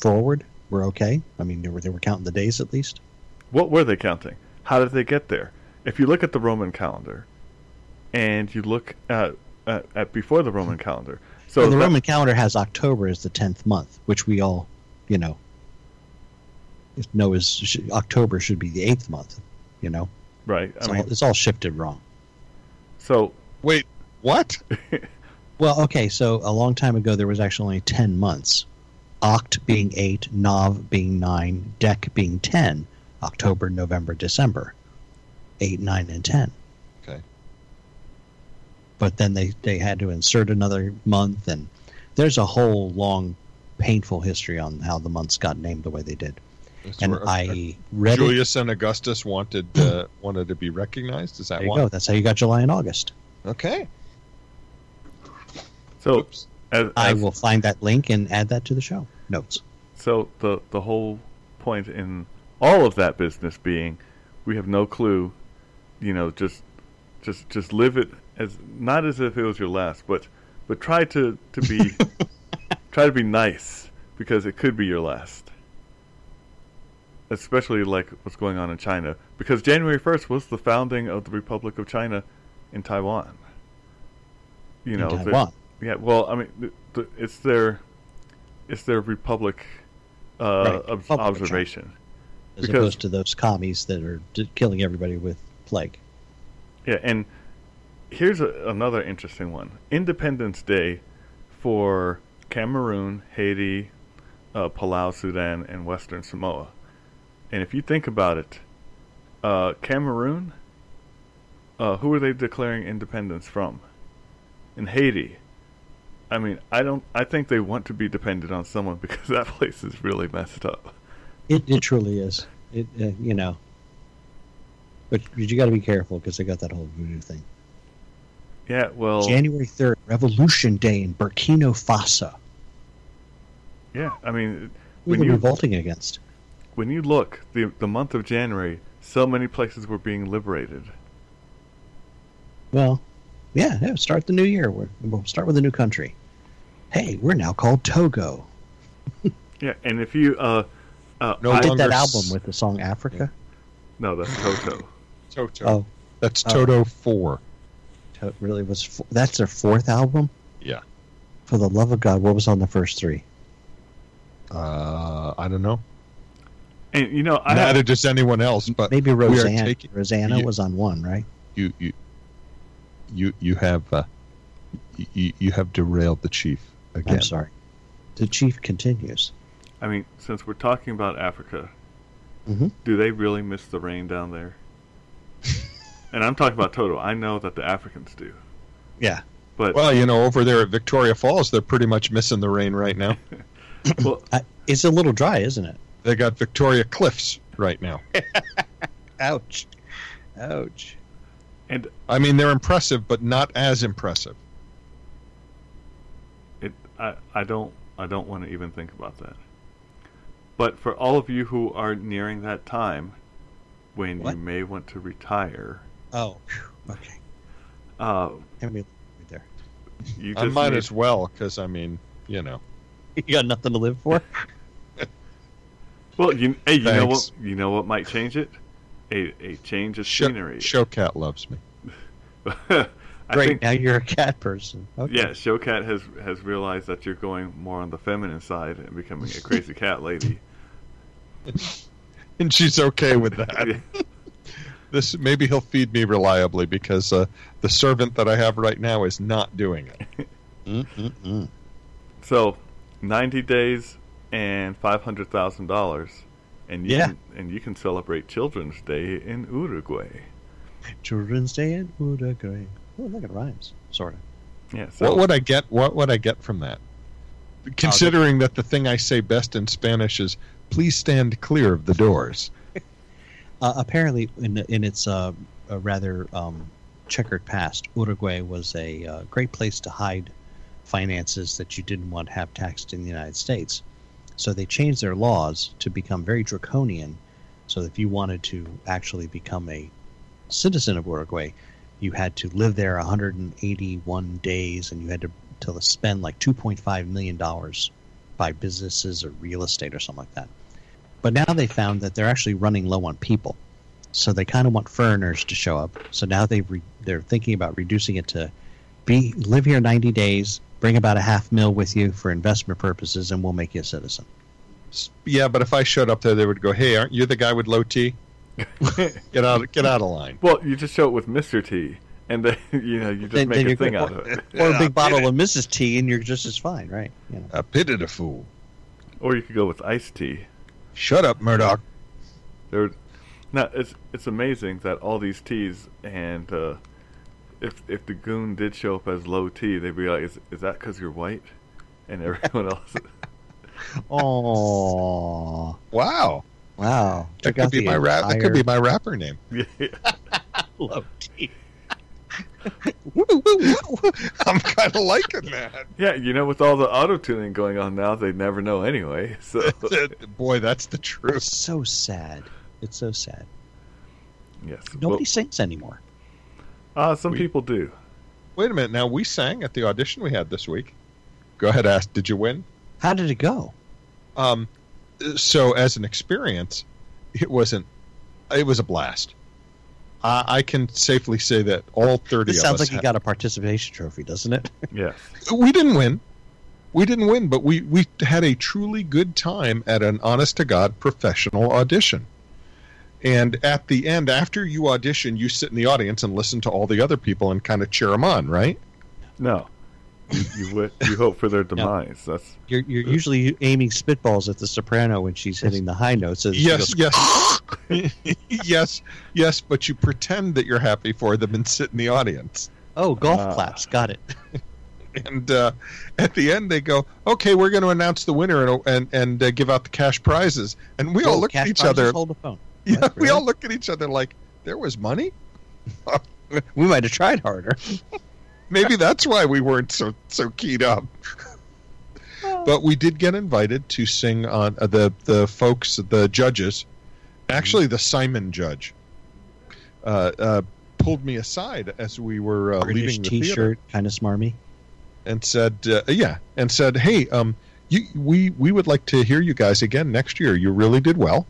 [SPEAKER 1] forward, we're okay? I mean, they were they were counting the days at least.
[SPEAKER 2] What were they counting? How did they get there? If you look at the Roman calendar, and you look at, at, at before the Roman calendar, so
[SPEAKER 1] well, Oh, the that, Roman calendar has October as the tenth month, which we all, you know, know is should, October should be the eighth month. You know,
[SPEAKER 2] right?
[SPEAKER 1] It's, mean, all, it's all shifted wrong.
[SPEAKER 2] So
[SPEAKER 3] wait, what?
[SPEAKER 1] well, okay. So a long time ago, there was actually only ten months. Oct being eight, Nov being nine, Dec being ten. October, November, December, eight, nine, and ten.
[SPEAKER 3] Okay.
[SPEAKER 1] But then they they had to insert another month, and there's a whole long, painful history on how the months got named the way they did. That's and where, I read
[SPEAKER 3] uh, Julius it. and Augustus wanted uh, wanted to be recognized. Is that
[SPEAKER 1] there you
[SPEAKER 3] one?
[SPEAKER 1] go? That's how you got July and August.
[SPEAKER 3] Okay.
[SPEAKER 1] Oh.
[SPEAKER 2] So as, as,
[SPEAKER 1] I will find that link and add that to the show notes.
[SPEAKER 2] So the the whole point in all of that business being, we have no clue. You know, just just just live it as not as if it was your last, but but try to to be try to be nice because it could be your last especially like what's going on in China, because January 1st was the founding of the Republic of China in Taiwan. You know,
[SPEAKER 1] in Taiwan.
[SPEAKER 2] yeah. Well, I mean, th- th- it's their it's their republic uh, right. ob- Republic observation,
[SPEAKER 1] as because, opposed to those commies that are d- killing everybody with plague.
[SPEAKER 2] Yeah, and here's a, another interesting one: Independence Day for Cameroon, Haiti, uh, Palau, Sudan, and Western Samoa. And if you think about it, uh, Cameroon, uh, who are they declaring independence from? In Haiti. I mean, I don't. I think they want to be dependent on someone because that place is really messed up.
[SPEAKER 1] It, it truly is. It uh, you know, but you got to be careful because they got that whole voodoo thing.
[SPEAKER 2] Yeah, well,
[SPEAKER 1] January third, Revolution Day in Burkina Faso.
[SPEAKER 2] Yeah, I mean,
[SPEAKER 1] we were you, revolting against
[SPEAKER 2] when you look the the month of January, so many places were being liberated.
[SPEAKER 1] Well, yeah, yeah start the new year. we will start with a new country. Hey, we're now called Togo.
[SPEAKER 2] yeah, and if you uh, uh
[SPEAKER 1] no I did that album s- with the song Africa.
[SPEAKER 2] No, that's Toto.
[SPEAKER 3] Toto. Oh, that's Toto oh. four.
[SPEAKER 1] To- really was four. that's their fourth album.
[SPEAKER 3] Yeah.
[SPEAKER 1] For the love of God, what was on the first three?
[SPEAKER 3] Uh, I don't know.
[SPEAKER 2] And you know,
[SPEAKER 3] I neither does anyone else. But
[SPEAKER 1] maybe Rosanna, taking, Rosanna you, was on one, right?
[SPEAKER 3] You you you you have uh, you you have derailed the chief again.
[SPEAKER 1] I'm sorry. The chief continues.
[SPEAKER 2] I mean, since we're talking about Africa,
[SPEAKER 1] mm-hmm.
[SPEAKER 2] do they really miss the rain down there? and I'm talking about Toto. I know that the Africans do.
[SPEAKER 1] Yeah.
[SPEAKER 2] But
[SPEAKER 3] well, you know, over there at Victoria Falls, they're pretty much missing the rain right now.
[SPEAKER 1] well, it's a little dry, isn't it?
[SPEAKER 3] They got Victoria Cliffs right now.
[SPEAKER 1] Ouch. Ouch.
[SPEAKER 2] And
[SPEAKER 3] I mean they're impressive but not as impressive.
[SPEAKER 2] It I I don't I don't want to even think about that. But for all of you who are nearing that time when what? you may want to retire.
[SPEAKER 1] Oh, okay.
[SPEAKER 2] Uh,
[SPEAKER 1] Can we there?
[SPEAKER 3] You I might need... as well cuz I mean, you know.
[SPEAKER 1] You got nothing to live for.
[SPEAKER 2] Well, you hey, you Thanks. know what you know what might change it? A a change of
[SPEAKER 3] show,
[SPEAKER 2] scenery.
[SPEAKER 3] Showcat loves me.
[SPEAKER 2] I I
[SPEAKER 1] Great.
[SPEAKER 2] think-
[SPEAKER 1] now you're a cat person. Okay.
[SPEAKER 2] Yeah, Showcat has has realized that you're going more on the feminine side and becoming a crazy cat lady.
[SPEAKER 3] and she's okay with that.
[SPEAKER 2] Yeah.
[SPEAKER 3] This maybe he'll feed me reliably because uh, the servant that I have right now is not doing it.
[SPEAKER 1] Mm-mm-mm.
[SPEAKER 2] So, ninety days and five hundred thousand dollars, and you
[SPEAKER 1] Yeah.
[SPEAKER 2] can, and you can celebrate Children's Day in Uruguay.
[SPEAKER 1] Children's Day at Uruguay. Oh, look, it rhymes. Sort of.
[SPEAKER 2] Yeah. So
[SPEAKER 3] what would I get? What would I get from that? Considering that the thing I say best in Spanish is "Please stand clear of the doors."
[SPEAKER 1] Uh, apparently, in, in its uh, a rather um, checkered past, Uruguay was a uh, great place to hide finances that you didn't want to have taxed in the United States. So they changed their laws to become very draconian. So if you wanted to actually become a citizen of Uruguay, you had to live there 181 days, and you had to to spend like 2.5 million dollars by businesses or real estate or something like that. But now they found that they're actually running low on people, so they kind of want foreigners to show up. So now they re- they're thinking about reducing it to be live here 90 days, bring about a half mil with you for investment purposes, and we'll make you a citizen.
[SPEAKER 3] S- Yeah, but if I showed up there, they would go, "Hey, aren't you the guy with low T? Get out! Get out of line!"
[SPEAKER 2] well, you just show it with Mr. T, and then you know you just
[SPEAKER 1] Then-
[SPEAKER 2] make
[SPEAKER 1] then
[SPEAKER 2] a
[SPEAKER 1] you're
[SPEAKER 2] thing
[SPEAKER 1] gonna-
[SPEAKER 2] out of it,
[SPEAKER 1] Or a
[SPEAKER 3] Yeah,
[SPEAKER 1] big bottle of Mrs. T, and you're just as fine, right? You know.
[SPEAKER 3] A pity to fool.
[SPEAKER 2] or you could go with iced tea.
[SPEAKER 3] Shut up, Murdoch.
[SPEAKER 2] There, now it's it's amazing that all these teas and uh, if if the goon did show up as low T, they'd be like, is is that because you're white? And everyone else,
[SPEAKER 1] Oh,
[SPEAKER 3] Wow,
[SPEAKER 1] wow!
[SPEAKER 3] that
[SPEAKER 1] Took out
[SPEAKER 3] could be
[SPEAKER 1] the
[SPEAKER 3] my rap. That
[SPEAKER 1] entire-
[SPEAKER 3] could be my rapper name.
[SPEAKER 2] yeah,
[SPEAKER 1] Low T.
[SPEAKER 3] Woo, woo, woo. I'm kind of liking that.
[SPEAKER 2] yeah. You know, with all the auto tuning going on now, they'd never know anyway. So
[SPEAKER 3] Boy, that's the truth.
[SPEAKER 1] It's so sad. It's so sad.
[SPEAKER 2] yes,
[SPEAKER 1] Nobody sings anymore.
[SPEAKER 2] Well, uh, some
[SPEAKER 3] We-
[SPEAKER 2] people do.
[SPEAKER 3] Wait a minute. Now we sang at the audition we had this week. Go ahead, ask. Did you win?
[SPEAKER 1] How did it go?
[SPEAKER 3] Um, so as an experience, it wasn't. It was a blast. I, I can safely say that all thirty.
[SPEAKER 1] This
[SPEAKER 3] of
[SPEAKER 1] sounds
[SPEAKER 3] us
[SPEAKER 1] like you
[SPEAKER 3] had-
[SPEAKER 1] got a participation trophy, doesn't it?
[SPEAKER 2] Yes,
[SPEAKER 3] we didn't win. We didn't win, but we, we had a truly good time at an honest to God professional audition. And at the end, after you audition, you sit in the audience and listen to all the other people and kind of cheer them on, right?
[SPEAKER 2] no. You you, wi- you hope for their demise. That's
[SPEAKER 1] You're, you're usually aiming spitballs at the soprano when she's hitting the high notes. and she
[SPEAKER 3] Yes,
[SPEAKER 1] goes,
[SPEAKER 3] yes. yes, yes, but you pretend that you're happy for them and sit in the audience.
[SPEAKER 1] oh, golf
[SPEAKER 3] Uh,
[SPEAKER 2] Ah.
[SPEAKER 1] claps. Got it.
[SPEAKER 3] And uh, at the end, they go, okay, we're going to announce the winner and, and, and uh, give out the cash prizes. And we all
[SPEAKER 1] Oh,
[SPEAKER 3] look at
[SPEAKER 1] cash
[SPEAKER 3] each
[SPEAKER 1] prizes,
[SPEAKER 3] other.
[SPEAKER 1] Hold the phone.
[SPEAKER 3] Yeah,
[SPEAKER 1] What,
[SPEAKER 3] we
[SPEAKER 1] really?
[SPEAKER 3] all look at each other like there was money.
[SPEAKER 1] We might have tried harder.
[SPEAKER 3] Maybe that's why we weren't so so keyed up. But we did get invited to sing on uh, the the folks, the judges. Actually, the Simon judge uh, uh, pulled me aside as we were uh,
[SPEAKER 1] British
[SPEAKER 3] leaving the
[SPEAKER 1] T-shirt,
[SPEAKER 3] theater
[SPEAKER 1] kind of smarmy.
[SPEAKER 3] and said, uh, "Yeah," and said, "Hey, um, you, we we would like to hear you guys again next year. You really did well.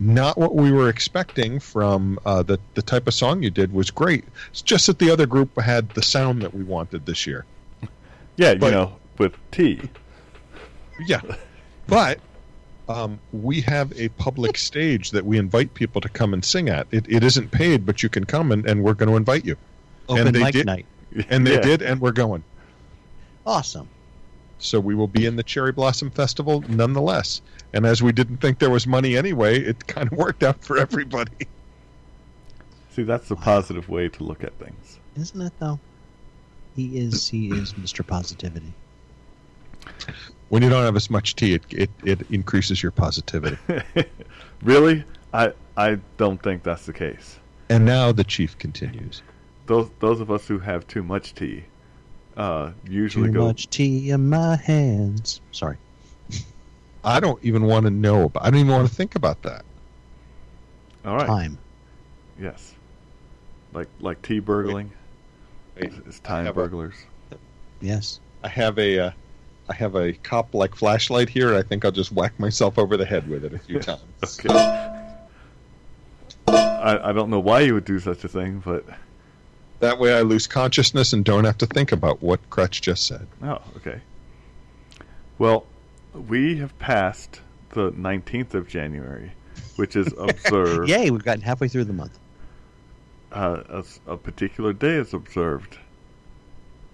[SPEAKER 3] Not what we were expecting from uh, the the type of song you did was great. It's just that the other group had the sound that we wanted this year.
[SPEAKER 2] yeah. You
[SPEAKER 3] But-
[SPEAKER 2] know, with tea.
[SPEAKER 3] Yeah, but." Um, we have a public stage that we invite people to come and sing at. It, it isn't paid, but you can come and, and we're going to invite you.
[SPEAKER 1] Open
[SPEAKER 3] they
[SPEAKER 1] mic
[SPEAKER 3] did-
[SPEAKER 1] night.
[SPEAKER 3] And they
[SPEAKER 2] Yeah.
[SPEAKER 3] did, and we're going.
[SPEAKER 1] Awesome.
[SPEAKER 3] So we will be in the Cherry Blossom Festival nonetheless. And as we didn't think there was money anyway, it kind of worked out for everybody.
[SPEAKER 2] See, that's the positive way to look at things.
[SPEAKER 1] Isn't it though? He is. He is Mr. Positivity.
[SPEAKER 3] When you don't have as much tea, it it, it increases your positivity.
[SPEAKER 2] really, I I don't think that's the case.
[SPEAKER 3] And now the chief continues.
[SPEAKER 2] Those those of us who have too much tea, uh, usually
[SPEAKER 1] Too
[SPEAKER 2] go.
[SPEAKER 1] much tea in my hands. Sorry.
[SPEAKER 3] I don't even want to know. About, I don't even want to think about that.
[SPEAKER 2] All right.
[SPEAKER 1] Time.
[SPEAKER 2] Yes. Like like tea burgling.
[SPEAKER 3] Wait,
[SPEAKER 2] It's- it's time
[SPEAKER 3] have a-
[SPEAKER 2] burglars.
[SPEAKER 1] Yes.
[SPEAKER 3] I have a uh, I have a cop like flashlight here. I think I'll just whack myself over the head with it a few times.
[SPEAKER 2] Okay. I I don't know why you would do such a thing, but
[SPEAKER 3] That way I lose consciousness and don't have to think about what Crutch just said.
[SPEAKER 2] Oh, okay. Well, we have passed the 19th of January, which is observed.
[SPEAKER 1] Yay, we've gotten halfway through the month.
[SPEAKER 2] Uh, a s- a, particular day is observed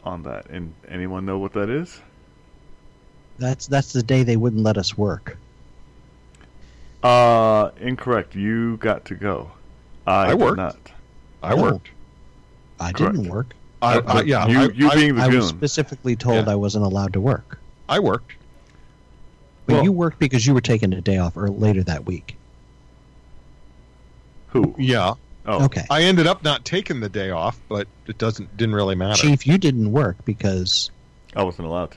[SPEAKER 2] on that. And anyone know what that is?
[SPEAKER 1] That's that's the day they wouldn't let us work.
[SPEAKER 2] Uh, incorrect. You got to go. I,
[SPEAKER 3] I
[SPEAKER 2] did
[SPEAKER 3] worked.
[SPEAKER 2] Not.
[SPEAKER 3] I
[SPEAKER 1] No.
[SPEAKER 3] worked.
[SPEAKER 1] I
[SPEAKER 2] Correct.
[SPEAKER 1] didn't work.
[SPEAKER 3] I,
[SPEAKER 2] But-
[SPEAKER 3] I,
[SPEAKER 2] but
[SPEAKER 3] yeah,
[SPEAKER 2] Oh. you,
[SPEAKER 3] I,
[SPEAKER 2] you
[SPEAKER 3] I,
[SPEAKER 2] being the
[SPEAKER 1] I was
[SPEAKER 2] goon.
[SPEAKER 1] specifically told
[SPEAKER 2] Yeah.
[SPEAKER 1] I wasn't allowed to work.
[SPEAKER 3] I worked.
[SPEAKER 1] But
[SPEAKER 2] Well-
[SPEAKER 1] you worked because you were taking a day off or later that week.
[SPEAKER 2] Who?
[SPEAKER 3] Yeah,
[SPEAKER 2] Oh,
[SPEAKER 1] Okay.
[SPEAKER 3] I ended up not taking the day off, but it doesn't didn't really matter.
[SPEAKER 1] Chief, you didn't work because
[SPEAKER 2] I wasn't allowed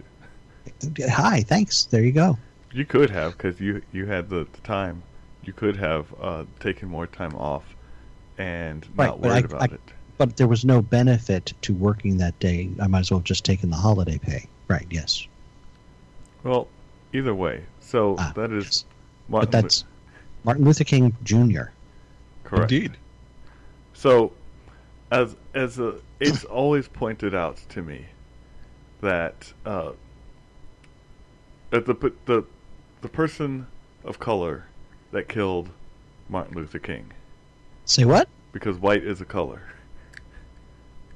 [SPEAKER 2] to.
[SPEAKER 1] hi, thanks. There you go.
[SPEAKER 2] You could have, because you you had the, the time. You could have uh, taken more time off and not
[SPEAKER 1] Right, but I-
[SPEAKER 2] worried about
[SPEAKER 1] I-
[SPEAKER 2] it.
[SPEAKER 1] But there was no benefit to working that day. I might as well have just taken the holiday pay. Right, yes.
[SPEAKER 2] Well, either way. So
[SPEAKER 1] Ah,
[SPEAKER 2] that
[SPEAKER 1] yes.
[SPEAKER 2] is
[SPEAKER 1] But that's Martin Luther King Jr.
[SPEAKER 2] correct.
[SPEAKER 3] Indeed.
[SPEAKER 2] So, as as a, it's always pointed out to me that uh, that the p- the the person of color that killed Martin Luther King
[SPEAKER 1] Say what?
[SPEAKER 2] because white is a color.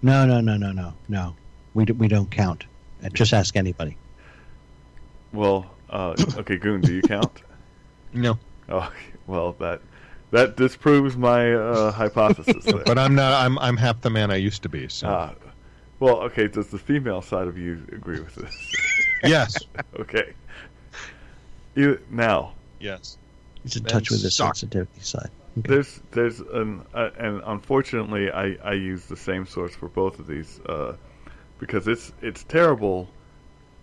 [SPEAKER 1] No, no, no, no, no, no. We, d- we don't count. Uh, Just ask anybody.
[SPEAKER 2] Well, uh, okay, Goon, do you count?
[SPEAKER 3] No,
[SPEAKER 2] Oh, well that that disproves my uh, hypothesis. there.
[SPEAKER 3] but I'm not. I'm I'm half the man I used to be. So
[SPEAKER 2] Ah, well, okay. Does the female side of you agree with this?
[SPEAKER 3] yes,
[SPEAKER 2] okay. You, now,
[SPEAKER 3] yes.
[SPEAKER 1] He's in
[SPEAKER 3] Then
[SPEAKER 1] touch with his
[SPEAKER 3] suck.
[SPEAKER 1] sensitivity side.
[SPEAKER 2] There's there's an uh, and unfortunately I, I use the same source for both of these uh, because it's it's terrible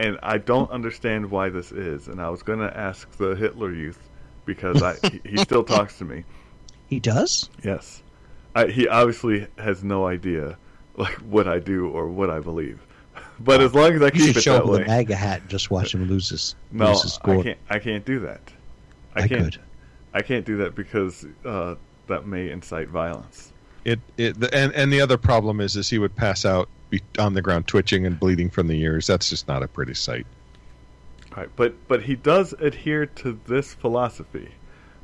[SPEAKER 2] and I don't understand why this is and I was going to ask the Hitler Youth because I he, he still talks to me
[SPEAKER 1] He does?
[SPEAKER 2] yes I, he obviously has no idea like what I do or what I believe but as long as I
[SPEAKER 1] You
[SPEAKER 2] keep
[SPEAKER 1] should
[SPEAKER 2] it
[SPEAKER 1] show
[SPEAKER 2] that
[SPEAKER 1] up with
[SPEAKER 2] way
[SPEAKER 1] a MAGA hat and just watch him lose his,
[SPEAKER 2] no
[SPEAKER 1] lose his
[SPEAKER 2] I
[SPEAKER 1] gourd.
[SPEAKER 2] can't I can't do that
[SPEAKER 1] I
[SPEAKER 2] can't
[SPEAKER 1] could.
[SPEAKER 2] I can't do that because uh, that may incite violence.
[SPEAKER 3] It it the, and and the other problem is is he would pass out be on the ground twitching and bleeding from the ears. That's just not a pretty sight.
[SPEAKER 2] Right, but but he does adhere to this philosophy,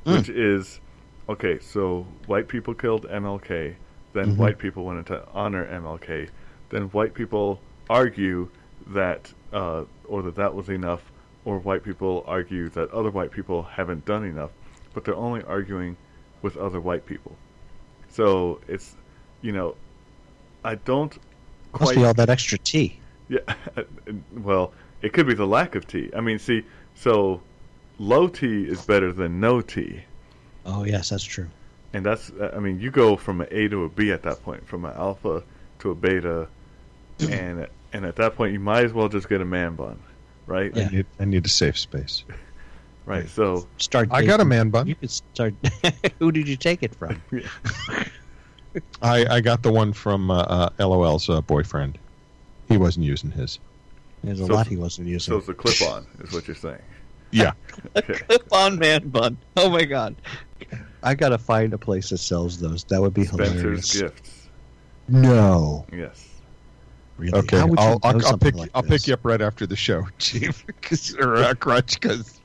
[SPEAKER 2] which is okay. So white people killed MLK, then white people wanted to honor MLK, then white people argue that uh, or that that was enough, or white people argue that other white people haven't done enough, but they're only arguing with other white people. So it's you know, I don't
[SPEAKER 1] Must
[SPEAKER 2] quite
[SPEAKER 1] be all that extra tea.
[SPEAKER 2] yeah. Well, it could be the lack of tea. I mean, see, so low tea is better than no tea.
[SPEAKER 1] Oh, yes, that's true.
[SPEAKER 2] And that's, I mean, you go from an A to a B at that point, from an alpha to a beta. And and at that point, you might as well just get a man bun, right?
[SPEAKER 1] Yeah.
[SPEAKER 3] I need, I need a safe space.
[SPEAKER 2] Right. So,
[SPEAKER 1] Start.
[SPEAKER 3] I got a
[SPEAKER 1] dating.
[SPEAKER 3] man bun.
[SPEAKER 1] You could start. Who did you take it from?
[SPEAKER 3] I, I got the one from uh, uh, LOL's uh, boyfriend. He wasn't using his.
[SPEAKER 1] There's a
[SPEAKER 2] So-
[SPEAKER 1] lot he wasn't using.
[SPEAKER 2] so it's a clip on, is what you're saying.
[SPEAKER 3] Yeah.
[SPEAKER 2] Okay.
[SPEAKER 1] on man bun. Oh my god. I gotta find a place that sells those. That would be hilarious.
[SPEAKER 2] Spencer's gifts.
[SPEAKER 1] No,
[SPEAKER 2] Yes.
[SPEAKER 1] really.
[SPEAKER 3] Okay.
[SPEAKER 1] How would you
[SPEAKER 3] I'll,
[SPEAKER 1] know
[SPEAKER 3] I'll, I'll
[SPEAKER 1] something
[SPEAKER 3] pick
[SPEAKER 1] like
[SPEAKER 3] I'll
[SPEAKER 1] this?
[SPEAKER 3] pick you up right after the show, Chief, 'cause- or uh, Crutch, because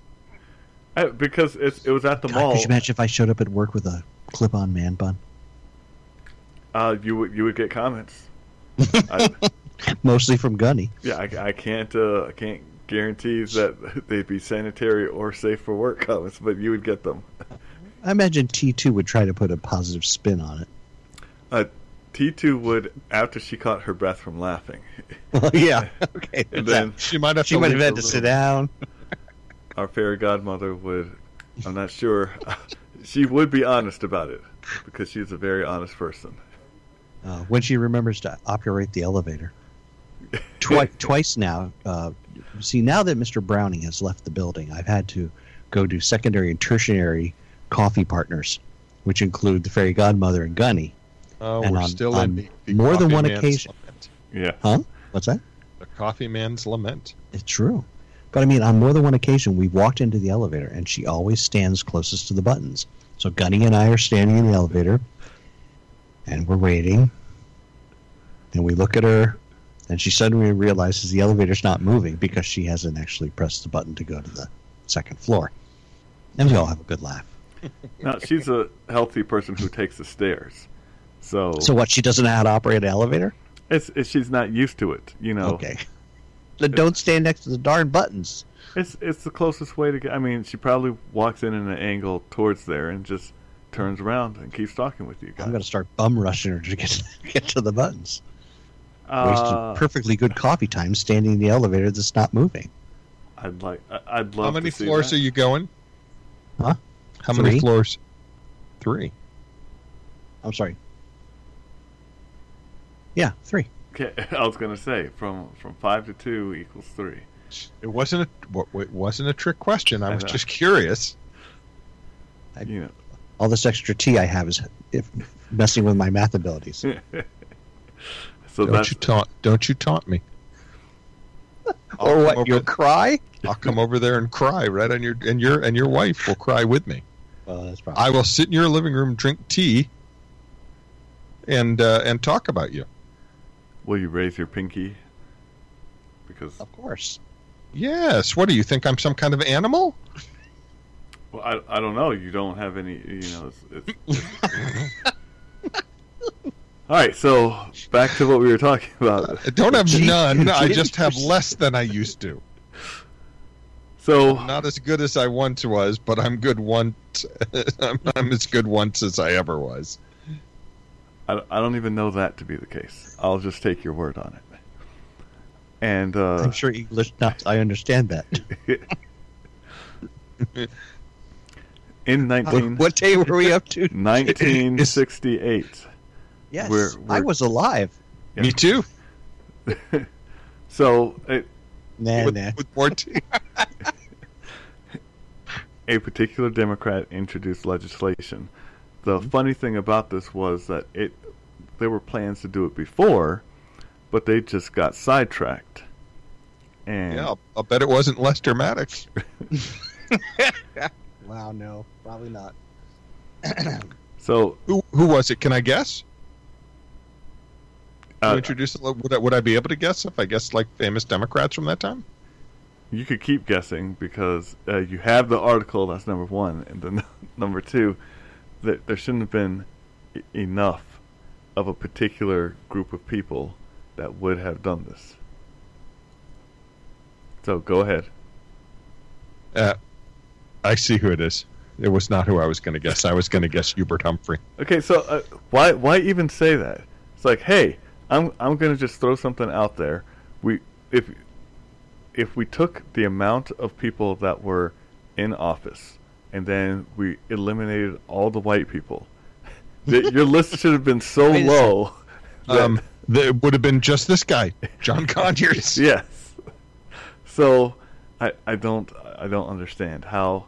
[SPEAKER 2] I, because it's, it was at the
[SPEAKER 1] God,
[SPEAKER 2] mall.
[SPEAKER 1] Could you imagine if I showed up at work with a clip-on man bun?
[SPEAKER 2] uh, you would you would get comments. I,
[SPEAKER 1] Mostly from Gunny.
[SPEAKER 2] Yeah, I, I can't. Uh, I can't guarantee that they'd be sanitary or safe for work comments, but you would get them.
[SPEAKER 1] I imagine T2 would try to put a positive spin on it.
[SPEAKER 2] Uh, T two would after she caught her breath from laughing.
[SPEAKER 1] Well, yeah. Okay.
[SPEAKER 2] And then
[SPEAKER 3] she might have
[SPEAKER 1] she
[SPEAKER 3] to
[SPEAKER 1] might have
[SPEAKER 3] leave
[SPEAKER 1] had to
[SPEAKER 3] a little-
[SPEAKER 1] sit down.
[SPEAKER 2] our fairy godmother would. I'm not sure. she would be honest about it because she's a very honest person.
[SPEAKER 1] uh, when she remembers to operate the elevator. Twice, twice now. Uh, see, now that Mr. Browning has left the building, I've had to go to secondary and tertiary coffee partners, which include the fairy godmother and Gunny.
[SPEAKER 3] Oh,
[SPEAKER 1] and
[SPEAKER 3] we're
[SPEAKER 1] on-
[SPEAKER 3] still
[SPEAKER 1] on
[SPEAKER 3] in the, the
[SPEAKER 1] more than
[SPEAKER 3] coffee
[SPEAKER 1] one
[SPEAKER 3] man's
[SPEAKER 1] occasion.
[SPEAKER 3] lament.
[SPEAKER 2] Yeah.
[SPEAKER 1] What's that?
[SPEAKER 3] The coffee man's lament.
[SPEAKER 1] It's true. But I mean, on more than one occasion, we've walked into the elevator, and she always stands closest to the buttons. So Gunny and I are standing in the elevator, and we're waiting. And we look at her, and she suddenly realizes the elevator's not moving because she hasn't actually pressed the button to go to the second floor. And we all have a good laugh.
[SPEAKER 2] Now she's a healthy person who takes the stairs, so
[SPEAKER 1] So what? She doesn't know how to operate an elevator?
[SPEAKER 2] it's, it's she's not used to it. You know,
[SPEAKER 1] Okay. Then don't stand next to the darn buttons.
[SPEAKER 2] it's it's the closest way to get. I mean, she probably walks in at an angle towards there and just turns around and keeps talking with you guys.
[SPEAKER 1] I'm going to start bum rushing her to get get to the buttons. Wasted
[SPEAKER 2] Uh,
[SPEAKER 1] perfectly good coffee time standing in the elevator that's not moving.
[SPEAKER 2] I'd like. I- I'd love.
[SPEAKER 3] How many
[SPEAKER 2] to see
[SPEAKER 3] floors
[SPEAKER 2] that.
[SPEAKER 3] are you going?
[SPEAKER 1] Huh?
[SPEAKER 3] How
[SPEAKER 1] Three.
[SPEAKER 3] many floors? Three.
[SPEAKER 1] I'm sorry. Yeah, three.
[SPEAKER 2] Okay, I was gonna say from from five to two equals three.
[SPEAKER 3] It wasn't a wa- wa- it wasn't a trick question. I
[SPEAKER 2] I
[SPEAKER 3] was
[SPEAKER 2] know.
[SPEAKER 3] just curious.
[SPEAKER 2] You
[SPEAKER 1] All this extra tea I have is if messing with my math abilities.
[SPEAKER 2] know. so
[SPEAKER 3] don't
[SPEAKER 2] that's
[SPEAKER 3] you taunt? Don't you taunt me?
[SPEAKER 1] Or
[SPEAKER 3] I'll come
[SPEAKER 1] what?
[SPEAKER 3] over-
[SPEAKER 1] You'll cry?
[SPEAKER 3] I'll come over there and cry right on your and your and your wife will cry with me.
[SPEAKER 1] Well, that's probably.
[SPEAKER 3] I will sit in your living room, drink tea, and uh, and talk about you.
[SPEAKER 2] will you raise your pinky? Because
[SPEAKER 1] of course.
[SPEAKER 3] Yes. What do you think? I'm some kind of animal?
[SPEAKER 2] well, I, I don't know. You don't have any. You know. It's, it's, it's- All right. So back to what we were talking about.
[SPEAKER 3] I don't have
[SPEAKER 1] Gee-
[SPEAKER 3] none. I just have
[SPEAKER 1] Jesus.
[SPEAKER 3] less than I used to.
[SPEAKER 2] So
[SPEAKER 3] Not as good as I once was, but I'm good once. I'm, I'm as good once as I ever was.
[SPEAKER 2] I, I don't even know that to be the case. I'll just take your word on it. And
[SPEAKER 1] I'm
[SPEAKER 2] uh,
[SPEAKER 1] sure English nuts. I understand that.
[SPEAKER 2] in
[SPEAKER 1] what,
[SPEAKER 2] 19,
[SPEAKER 1] what day were we up to?
[SPEAKER 2] 1968.
[SPEAKER 1] Yes,
[SPEAKER 2] we're-
[SPEAKER 1] I
[SPEAKER 2] we're-
[SPEAKER 1] was alive.
[SPEAKER 2] Yeah.
[SPEAKER 3] Me too.
[SPEAKER 2] So it,
[SPEAKER 1] Nah,
[SPEAKER 3] with,
[SPEAKER 1] nah.
[SPEAKER 3] with more tea.
[SPEAKER 2] a particular Democrat introduced legislation. The
[SPEAKER 1] Mm-hmm.
[SPEAKER 2] funny thing about this was that it there were plans to do it before, but they just got sidetracked. And
[SPEAKER 3] Yeah, I'll, I'll bet it wasn't Lester Maddox.
[SPEAKER 1] Wow, no, probably not.
[SPEAKER 2] so
[SPEAKER 3] Who who was it? Can I guess? Who
[SPEAKER 2] uh,
[SPEAKER 3] introduced it? Would I, would I be able to guess if I guessed like famous Democrats from that time?
[SPEAKER 2] you could keep guessing because uh, you have the article. That's number one, and then number two, that there shouldn't have been e- enough of a particular group of people that would have done this. So go ahead.
[SPEAKER 3] Uh, I see who it is. It was not who I was going to guess. I was going to guess Hubert Humphrey.
[SPEAKER 2] Okay, so uh, why why even say that? It's like, hey, I'm I'm gonna just throw something out there. We if if we took the amount of people that were in office and then we eliminated all the white people, that your list should have been so
[SPEAKER 1] Wait a
[SPEAKER 2] low. that-
[SPEAKER 3] Um, th- it would have been just this guy, John Conyers.
[SPEAKER 2] yes. So I I don't I don't understand how.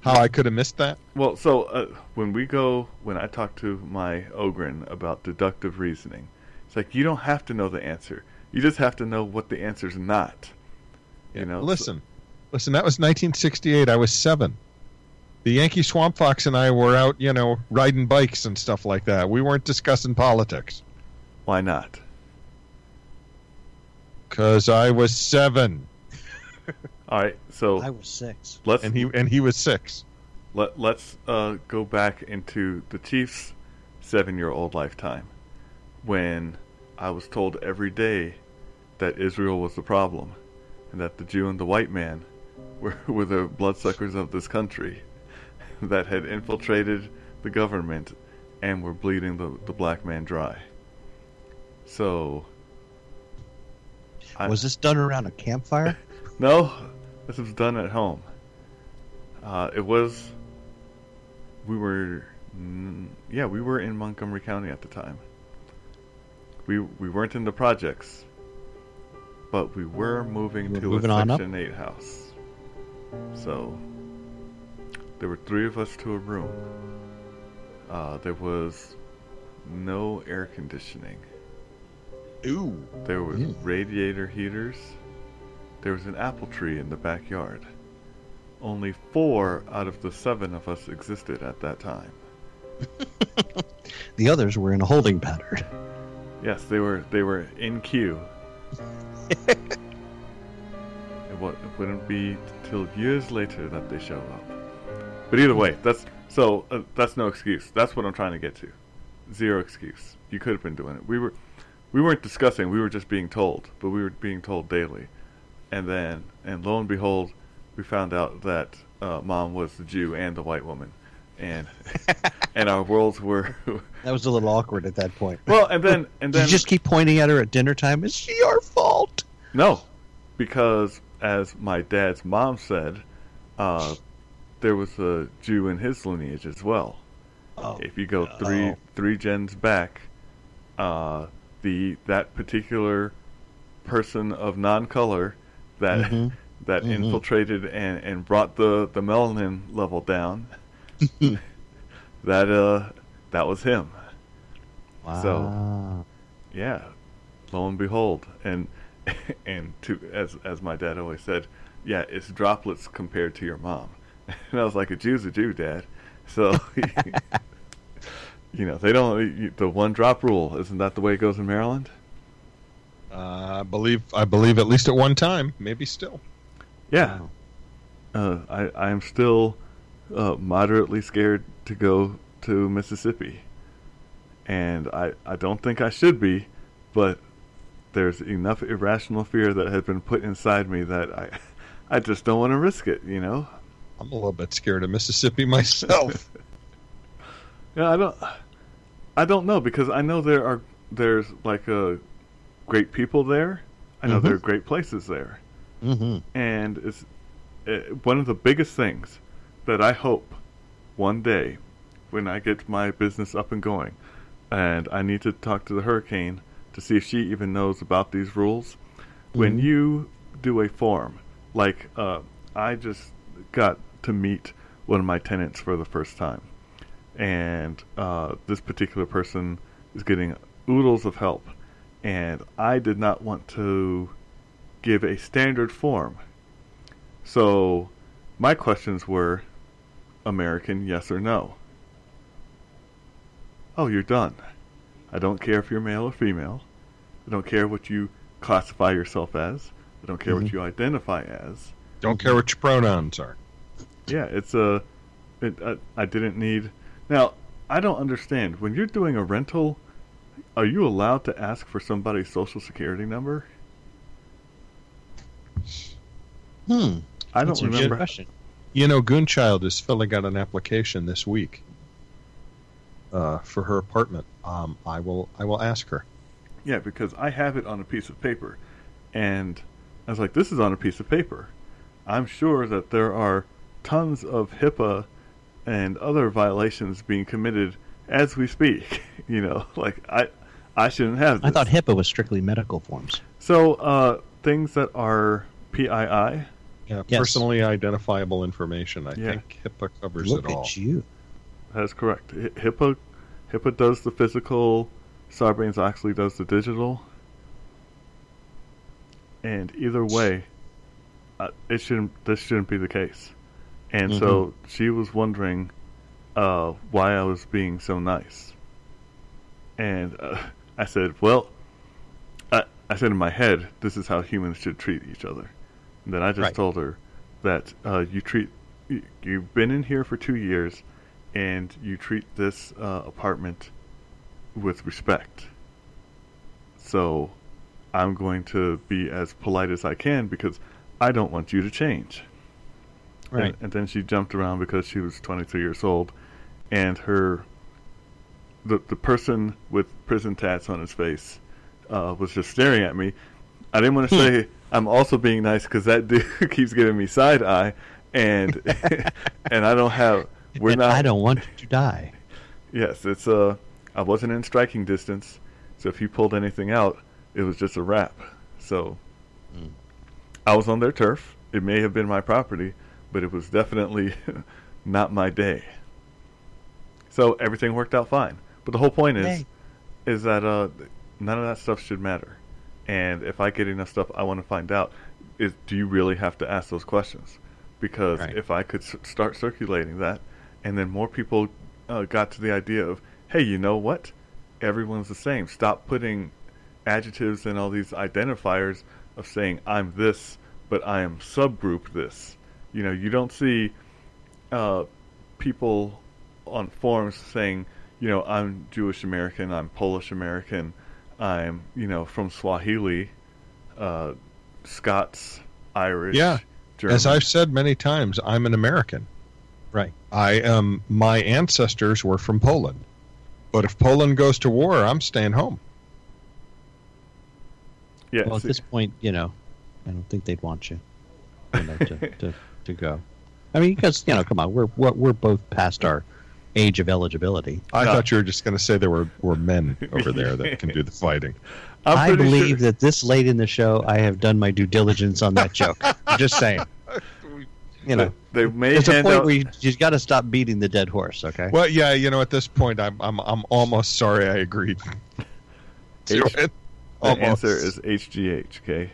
[SPEAKER 3] How I could have missed that?
[SPEAKER 2] Well, so uh, when we go, when I talk to my Ogren about deductive reasoning, it's like you don't have to know the answer. You just have to know what the answer's not. You know,
[SPEAKER 3] listen, listen. That was 1968. I was seven. The Yankee Swamp Fox and I were out, you know, riding bikes and stuff like that. We weren't discussing politics
[SPEAKER 2] Why not?
[SPEAKER 3] because I was seven
[SPEAKER 2] All right, so
[SPEAKER 1] I was six.
[SPEAKER 2] let's
[SPEAKER 3] and he and he was six.
[SPEAKER 2] let, let's uh, go back into the Chiefs' seven-year-old lifetime when I was told every day that Israel was the problem and that the Jew and the white man were, were the bloodsuckers of this country that had infiltrated the government and were bleeding the, the black man dry. So, I-
[SPEAKER 1] was this done around a campfire?
[SPEAKER 2] no, this was done at home. Uh, it was. We were, mm, yeah, we were in Montgomery County at the time. We we weren't in the projects, but we were moving
[SPEAKER 1] You were
[SPEAKER 2] to
[SPEAKER 1] moving
[SPEAKER 2] a
[SPEAKER 1] on up?
[SPEAKER 2] Section Eight house. So there were three of us to a room. Uh, there was no air conditioning.
[SPEAKER 3] Ooh,
[SPEAKER 2] There was
[SPEAKER 3] Mm.
[SPEAKER 2] radiator heaters. There was an apple tree in the backyard. Only four out of the seven of us existed at that time.
[SPEAKER 1] The others were in a holding pattern.
[SPEAKER 2] Yes, they were they were in queue. it, wa- it wouldn't be till years later that they show up. But either way, that's so uh, that's no excuse. That's what I'm trying to get to. Zero excuse. You could have been doing it. We were we weren't discussing. We were just being told, but we were being told daily. And then and lo and behold, we found out that uh, mom was the Jew and the white woman. And and our worlds were
[SPEAKER 4] That was a little awkward at that point.
[SPEAKER 2] well, and then and
[SPEAKER 1] Did
[SPEAKER 2] then
[SPEAKER 1] you just keep pointing at her at dinner time? It's your fault.
[SPEAKER 2] No, because as my dad's mom said, uh, there was a Jew in his lineage as well.
[SPEAKER 1] Oh,
[SPEAKER 2] If you go three
[SPEAKER 1] no.
[SPEAKER 2] three gens back, uh, the that particular person of non-color that
[SPEAKER 1] Mhm.
[SPEAKER 2] that
[SPEAKER 1] Mhm.
[SPEAKER 2] infiltrated and, and brought the, the melanin level down, that uh that was him. so-
[SPEAKER 1] Wow.
[SPEAKER 2] yeah lo and behold and and to as as my dad always said yeah it's droplets compared to your mom and i was like a jew's a jew dad so you know they don't you- the one drop rule isn't that the way it goes in maryland
[SPEAKER 3] Uh, I believe I believe at least at one time, maybe still.
[SPEAKER 2] yeah Oh. uh, i i'm still uh, moderately scared to go to mississippi and i i don't think i should be but there's enough irrational fear that has been put inside me that I, I just don't want to risk it. You know,
[SPEAKER 3] I'm a little bit scared of Mississippi myself.
[SPEAKER 2] yeah, I don't, I don't know because I know there are there's like a great people there. I know there are great places there,
[SPEAKER 1] hmm
[SPEAKER 2] and it's uh, one of the biggest things that I hope one day when I get my business up and going, and I need to talk to the hurricane to see if she even knows about these rules. When you do a form, like uh, I just got to meet one of my tenants for the first time, and uh, this particular person is getting oodles of help, and I did not want to give a standard form. So my questions were American, yes or no? Oh, you're done. I don't care if you're male or female. I don't care what you classify yourself as. I don't care
[SPEAKER 1] Mm-hmm.
[SPEAKER 2] what you identify as.
[SPEAKER 3] Don't care what your pronouns are.
[SPEAKER 2] Yeah, it's a. It, I, I didn't need. Now, I don't understand. When you're doing a rental, are you allowed to ask for somebody's social security number?
[SPEAKER 1] Hmm.
[SPEAKER 2] I
[SPEAKER 1] That's
[SPEAKER 2] don't
[SPEAKER 1] a good
[SPEAKER 2] remember.
[SPEAKER 1] Question.
[SPEAKER 3] You know, Goonchild is filling out an application this week uh, for her apartment. Um, I will I will ask her.
[SPEAKER 2] Yeah, because I have it on a piece of paper. And I was like, this is on a piece of paper. I'm sure that there are tons of HIPAA and other violations being committed as we speak. you know, like I I shouldn't have this.
[SPEAKER 1] I thought HIPAA was strictly medical forms.
[SPEAKER 2] so uh things that are PII,
[SPEAKER 3] Yeah,
[SPEAKER 1] Yes.
[SPEAKER 3] personally identifiable information. I
[SPEAKER 2] Yeah.
[SPEAKER 3] think HIPAA covers
[SPEAKER 1] Look
[SPEAKER 3] it all.
[SPEAKER 1] at you.
[SPEAKER 2] that's correct. Hi- HIPAA HIPAA does the physical, Sarbanes-Oxley does the digital. and either way, uh, it shouldn't. This shouldn't be the case. And so she was wondering uh, why I was being so nice. And uh, I said, "Well, I, I said in my head, this is how humans should treat each other." And then I just
[SPEAKER 1] Right.
[SPEAKER 2] told her that uh, you treat you, you've been in here for two years, and you treat this uh, apartment with respect. So I'm going to be as polite as I can because I don't want you to change.
[SPEAKER 1] Right.
[SPEAKER 2] And, and then she jumped around because she was 22 years old, and her the the person with prison tats on his face uh, was just staring at me. I didn't
[SPEAKER 1] Hmm.
[SPEAKER 2] want to say I'm also being nice because that dude keeps giving me side eye, and and I don't have we're
[SPEAKER 1] and
[SPEAKER 2] not
[SPEAKER 1] I don't want to die.
[SPEAKER 2] Yes, it's uh I wasn't in striking distance, so if you pulled anything out, it was just a wrap. So I was on their turf. It may have been my property, but it was definitely not my day. So everything worked out fine. But the whole point is
[SPEAKER 1] Yay.
[SPEAKER 2] is that uh none of that stuff should matter. And if I get enough stuff I want to find out is do you really have to ask those questions? Because
[SPEAKER 1] Right.
[SPEAKER 2] if I could s- start circulating that and then more people uh, got to the idea of, hey, you know what? everyone's the same. Stop putting adjectives and all these identifiers of saying I'm this, but I am subgroup this. You know, you don't see uh, people on forums saying, you know, I'm Jewish American, I'm Polish American, I'm you know from Swahili, uh, Scots, Irish,
[SPEAKER 3] Yeah.
[SPEAKER 2] German.
[SPEAKER 3] As I've said many times, I'm an American.
[SPEAKER 4] Right.
[SPEAKER 3] I am. My ancestors were from Poland, but if Poland goes to war, I'm staying home.
[SPEAKER 2] yeah,
[SPEAKER 1] Well, at
[SPEAKER 2] see-
[SPEAKER 1] this point, you know, I don't think they'd want you, you know, to, to, to go. I mean, because you know, come on, we're we're, we're both past our age of eligibility.
[SPEAKER 3] I
[SPEAKER 2] No.
[SPEAKER 3] thought you were just going to say there were were men over there that can do the fighting.
[SPEAKER 2] I'm
[SPEAKER 1] I
[SPEAKER 2] pretty
[SPEAKER 1] believe
[SPEAKER 2] sure-
[SPEAKER 1] that this late in the show, I have done my due diligence on that joke. I'm just saying. You know,
[SPEAKER 2] They may
[SPEAKER 1] there's a
[SPEAKER 2] hand
[SPEAKER 1] point
[SPEAKER 2] out.
[SPEAKER 1] where you, you've got to stop beating the dead horse. Okay.
[SPEAKER 3] Well, yeah, you know, at this point, I'm I'm I'm almost sorry I agreed. to
[SPEAKER 2] H- the
[SPEAKER 3] it. Almost.
[SPEAKER 2] answer is HGH. Okay,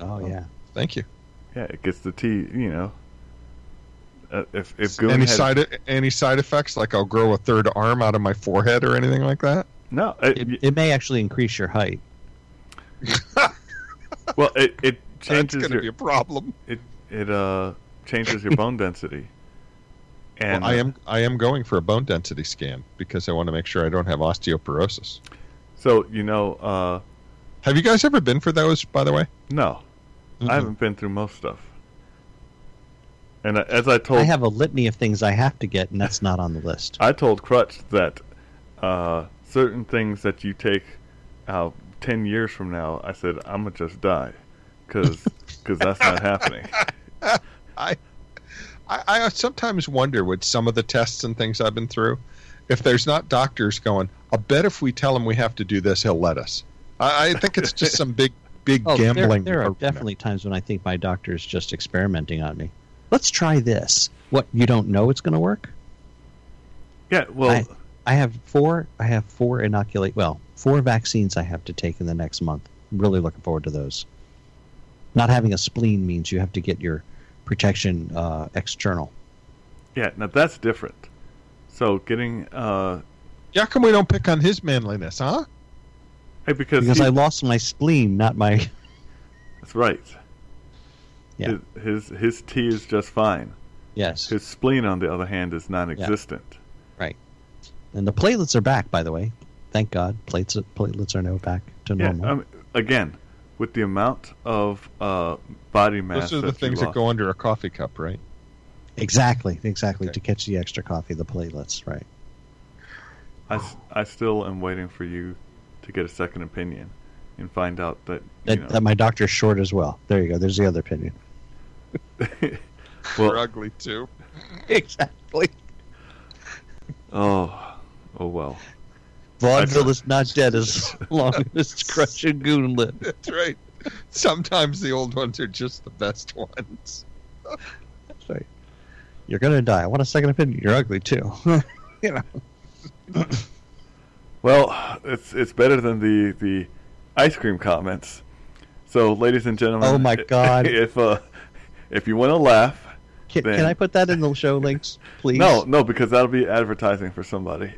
[SPEAKER 1] oh yeah.
[SPEAKER 3] Thank you.
[SPEAKER 2] yeah, it gets the T. You know, uh, if if Goon
[SPEAKER 3] Any
[SPEAKER 2] had,
[SPEAKER 3] side any side effects? Like I'll grow a third arm out of my forehead or anything like that?
[SPEAKER 2] no, it,
[SPEAKER 1] It, it may actually increase your height.
[SPEAKER 2] well, it it
[SPEAKER 3] That's
[SPEAKER 2] changes
[SPEAKER 3] going
[SPEAKER 2] your
[SPEAKER 3] to be a problem.
[SPEAKER 2] it it uh changes your bone density. And
[SPEAKER 3] Well, I am I am going for a bone density scan because I want to make sure I don't have osteoporosis.
[SPEAKER 2] so you know uh
[SPEAKER 3] Have you guys ever been for those? By the way,
[SPEAKER 2] no,
[SPEAKER 3] Mm-hmm.
[SPEAKER 2] I haven't been through most stuff. And I- as I told
[SPEAKER 1] I have a litany of things I have to get, and that's not on the list.
[SPEAKER 2] I told Crutch that uh, certain things that you take out ten years from now, I said I'm gonna just die, because that's not happening.
[SPEAKER 3] I, I sometimes wonder with some of the tests and things I've been through, if there's not doctors going, I bet if we tell him we have to do this, he'll let us. I, I think it's just some big big
[SPEAKER 1] Oh, there-
[SPEAKER 3] gambling.
[SPEAKER 1] There, are
[SPEAKER 3] arena.
[SPEAKER 1] definitely times when I think my doctor is just experimenting on me. Let's try this. What you don't know it's going to work.
[SPEAKER 2] Yeah, well,
[SPEAKER 1] I- I have four. I have four inoculate. Well, four vaccines I have to take in the next month. Really looking forward to those. Not having a spleen means you have to get your protection uh, external.
[SPEAKER 2] yeah, now that's different. So getting uh,
[SPEAKER 3] Yeah, how come we don't pick on his manliness, huh?
[SPEAKER 2] hey, eh, because,
[SPEAKER 1] Because
[SPEAKER 2] he-
[SPEAKER 1] I lost my spleen, not my.
[SPEAKER 2] that's right.
[SPEAKER 1] Yeah.
[SPEAKER 2] His, his his T is just fine.
[SPEAKER 1] Yes.
[SPEAKER 2] His spleen, on the other hand, is non-existent.
[SPEAKER 1] And the platelets are back, by the way. Thank God. Platelets, platelets are now back to
[SPEAKER 2] Yeah, um,
[SPEAKER 1] normal.
[SPEAKER 2] I mean, again, with the amount of uh, body mass,
[SPEAKER 3] Those are
[SPEAKER 2] that
[SPEAKER 3] the
[SPEAKER 2] you
[SPEAKER 3] things that
[SPEAKER 2] lost-
[SPEAKER 3] go under a coffee cup, right?
[SPEAKER 1] exactly. Exactly.
[SPEAKER 3] Okay.
[SPEAKER 1] To catch the extra coffee, the platelets, right?
[SPEAKER 2] I, s- I still am waiting for you to get a second opinion and find out that,
[SPEAKER 1] That,
[SPEAKER 2] you know,
[SPEAKER 1] that my doctor's short as well. There you go. There's the other opinion.
[SPEAKER 3] They're
[SPEAKER 2] well,
[SPEAKER 3] ugly too.
[SPEAKER 1] Exactly.
[SPEAKER 2] oh, oh well.
[SPEAKER 1] Vaudeville is not dead as long as Crutch and Goon live.
[SPEAKER 3] That's right. Sometimes the old ones are just the best ones.
[SPEAKER 1] Sorry. You're gonna die. I want a second opinion. You're ugly too.
[SPEAKER 2] Well, it's it's better than the the ice cream comments. So, ladies and gentlemen,
[SPEAKER 1] Oh my God.
[SPEAKER 2] If uh, if you want to laugh,
[SPEAKER 1] Can,
[SPEAKER 2] Then-
[SPEAKER 1] can I put that in the show links, please?
[SPEAKER 2] no, no, because that'll be advertising for somebody.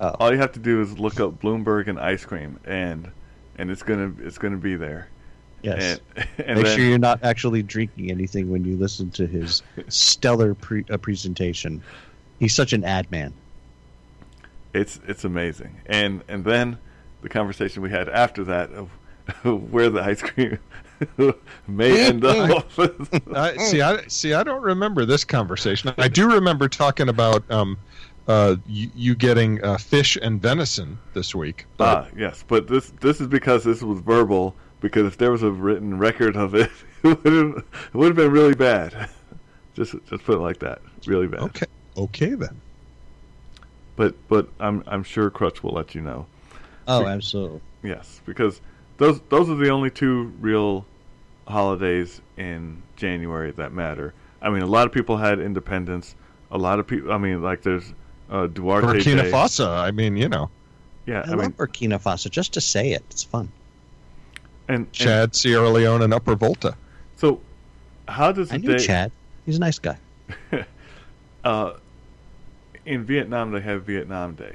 [SPEAKER 1] Oh.
[SPEAKER 2] All you have to do is look up Bloomberg and ice cream, and and it's gonna it's gonna be there.
[SPEAKER 1] Yes.
[SPEAKER 2] And, and
[SPEAKER 1] Make
[SPEAKER 2] then,
[SPEAKER 1] sure you're not actually drinking anything when you listen to his stellar pre- uh, presentation. He's such an ad man.
[SPEAKER 2] it's it's amazing. And and then the conversation we had after that of where the ice cream may end up.
[SPEAKER 3] I, see, I see. I don't remember this conversation. I do remember talking about um, uh, you, you getting uh, fish and venison this week.
[SPEAKER 2] ah, yes, but this this is because this was verbal. Because if there was a written record of it, it would have been really bad. Just just put it like that, really bad.
[SPEAKER 3] okay, okay then.
[SPEAKER 2] But but I'm I'm sure Crutch will let you know.
[SPEAKER 1] Oh, absolutely.
[SPEAKER 2] Yes, because those those are the only two real holidays in January that matter. I mean, a lot of people had Independence. A lot of people. I mean, like there's uh, Duarte
[SPEAKER 3] Burkina
[SPEAKER 2] Day.
[SPEAKER 3] Faso. I mean, you know,
[SPEAKER 2] Yeah,
[SPEAKER 1] I,
[SPEAKER 2] I,
[SPEAKER 1] love
[SPEAKER 2] mean,
[SPEAKER 1] Burkina Faso just to say it. It's fun.
[SPEAKER 2] and, and
[SPEAKER 3] Chad, Sierra Leone, and Upper Volta.
[SPEAKER 2] so how does the
[SPEAKER 1] I knew
[SPEAKER 2] day
[SPEAKER 1] Chad. He's a nice guy.
[SPEAKER 2] uh, in Vietnam they have Vietnam Day?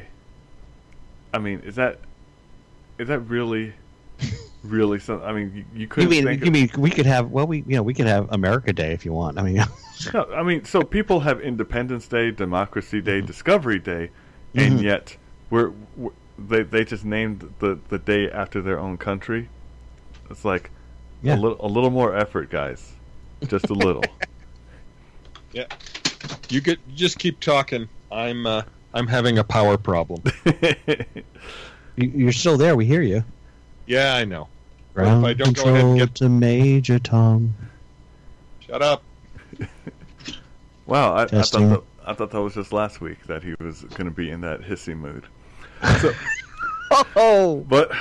[SPEAKER 2] I I mean, is that is that really really something? I mean, you, you
[SPEAKER 4] You
[SPEAKER 2] couldn't.
[SPEAKER 4] mean
[SPEAKER 2] think
[SPEAKER 4] you mean we could have well we you know we could have America Day if you want. I mean
[SPEAKER 2] of, no, I mean, so people have Independence Day, Democracy Day,
[SPEAKER 4] Mm-hmm.
[SPEAKER 2] Discovery Day, and
[SPEAKER 4] Mhm.
[SPEAKER 2] yet we're, we they they just named the the day after their own country. It's like
[SPEAKER 4] Yeah.
[SPEAKER 2] a little a little more effort, guys. Just a little.
[SPEAKER 3] You get you just keep talking. I'm uh, I'm having a power problem.
[SPEAKER 4] you- you're still there. We hear you.
[SPEAKER 3] yeah, I know. Well, if
[SPEAKER 1] Ground
[SPEAKER 3] I don't go
[SPEAKER 1] control
[SPEAKER 3] ahead and get-
[SPEAKER 1] to Major Tom.
[SPEAKER 3] Shut up.
[SPEAKER 2] Wow, I, I thought
[SPEAKER 1] Testing.
[SPEAKER 2] that, I thought that was just last week that he was going to be in that hissy mood.
[SPEAKER 4] Oh,
[SPEAKER 2] But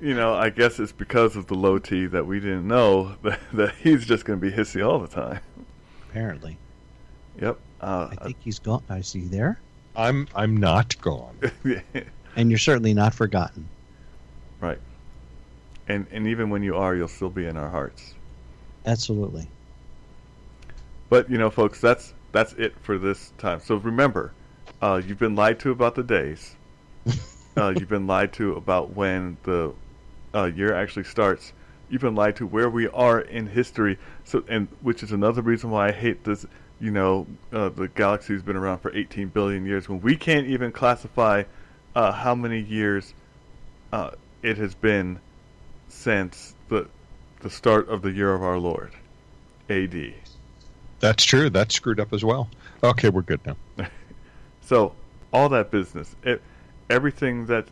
[SPEAKER 2] you know, I guess it's because of the low T that we didn't know that, that he's just going to be hissy all the time.
[SPEAKER 1] Apparently,
[SPEAKER 2] Yep. Uh,
[SPEAKER 1] I think he's gone. I see you there,
[SPEAKER 3] I'm I'm not gone.
[SPEAKER 1] and you're certainly not forgotten.
[SPEAKER 2] right. And and even when you are, you'll still be in our hearts.
[SPEAKER 1] Absolutely.
[SPEAKER 2] But you know, folks, that's that's it for this time. So remember, uh, you've been lied to about the days. uh, you've been lied to about when the uh, year actually starts. You've been lied to where we are in history. So, and which is another reason why I hate this. You know, uh, the galaxy's been around for 18 billion years when we can't even classify uh, how many years uh, it has been since the the start of the year of our Lord, A.D.
[SPEAKER 3] That's true. That's screwed up as well. Okay, we're good now.
[SPEAKER 2] So all that business, it, everything that,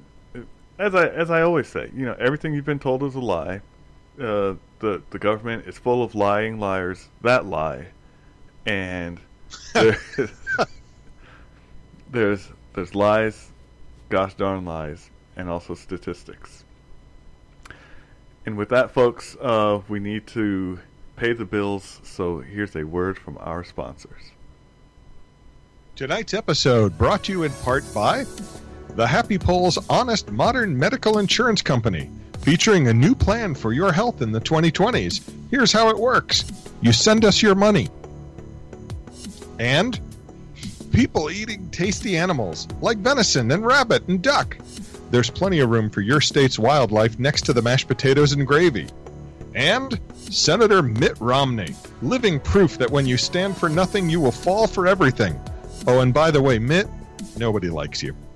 [SPEAKER 2] as I as I always say, you know, everything you've been told is a lie. Uh, the the government is full of lying liars. That lie, and there- there's there's lies, gosh darn lies, and also statistics. And with that, folks, uh, we need to pay the bills. So here's a word from our sponsors.
[SPEAKER 3] Tonight's episode brought to you in part by the Happy Polls Honest Modern Medical Insurance Company, featuring a new plan for your health in the 2020s. Here's how it works you send us your money. And people eating tasty animals like venison and rabbit and duck. There's plenty of room for your state's wildlife next to the mashed potatoes and gravy. And Senator Mitt Romney, living proof that when you stand for nothing, you will fall for everything. Oh, and by the way, Mitt, nobody likes you.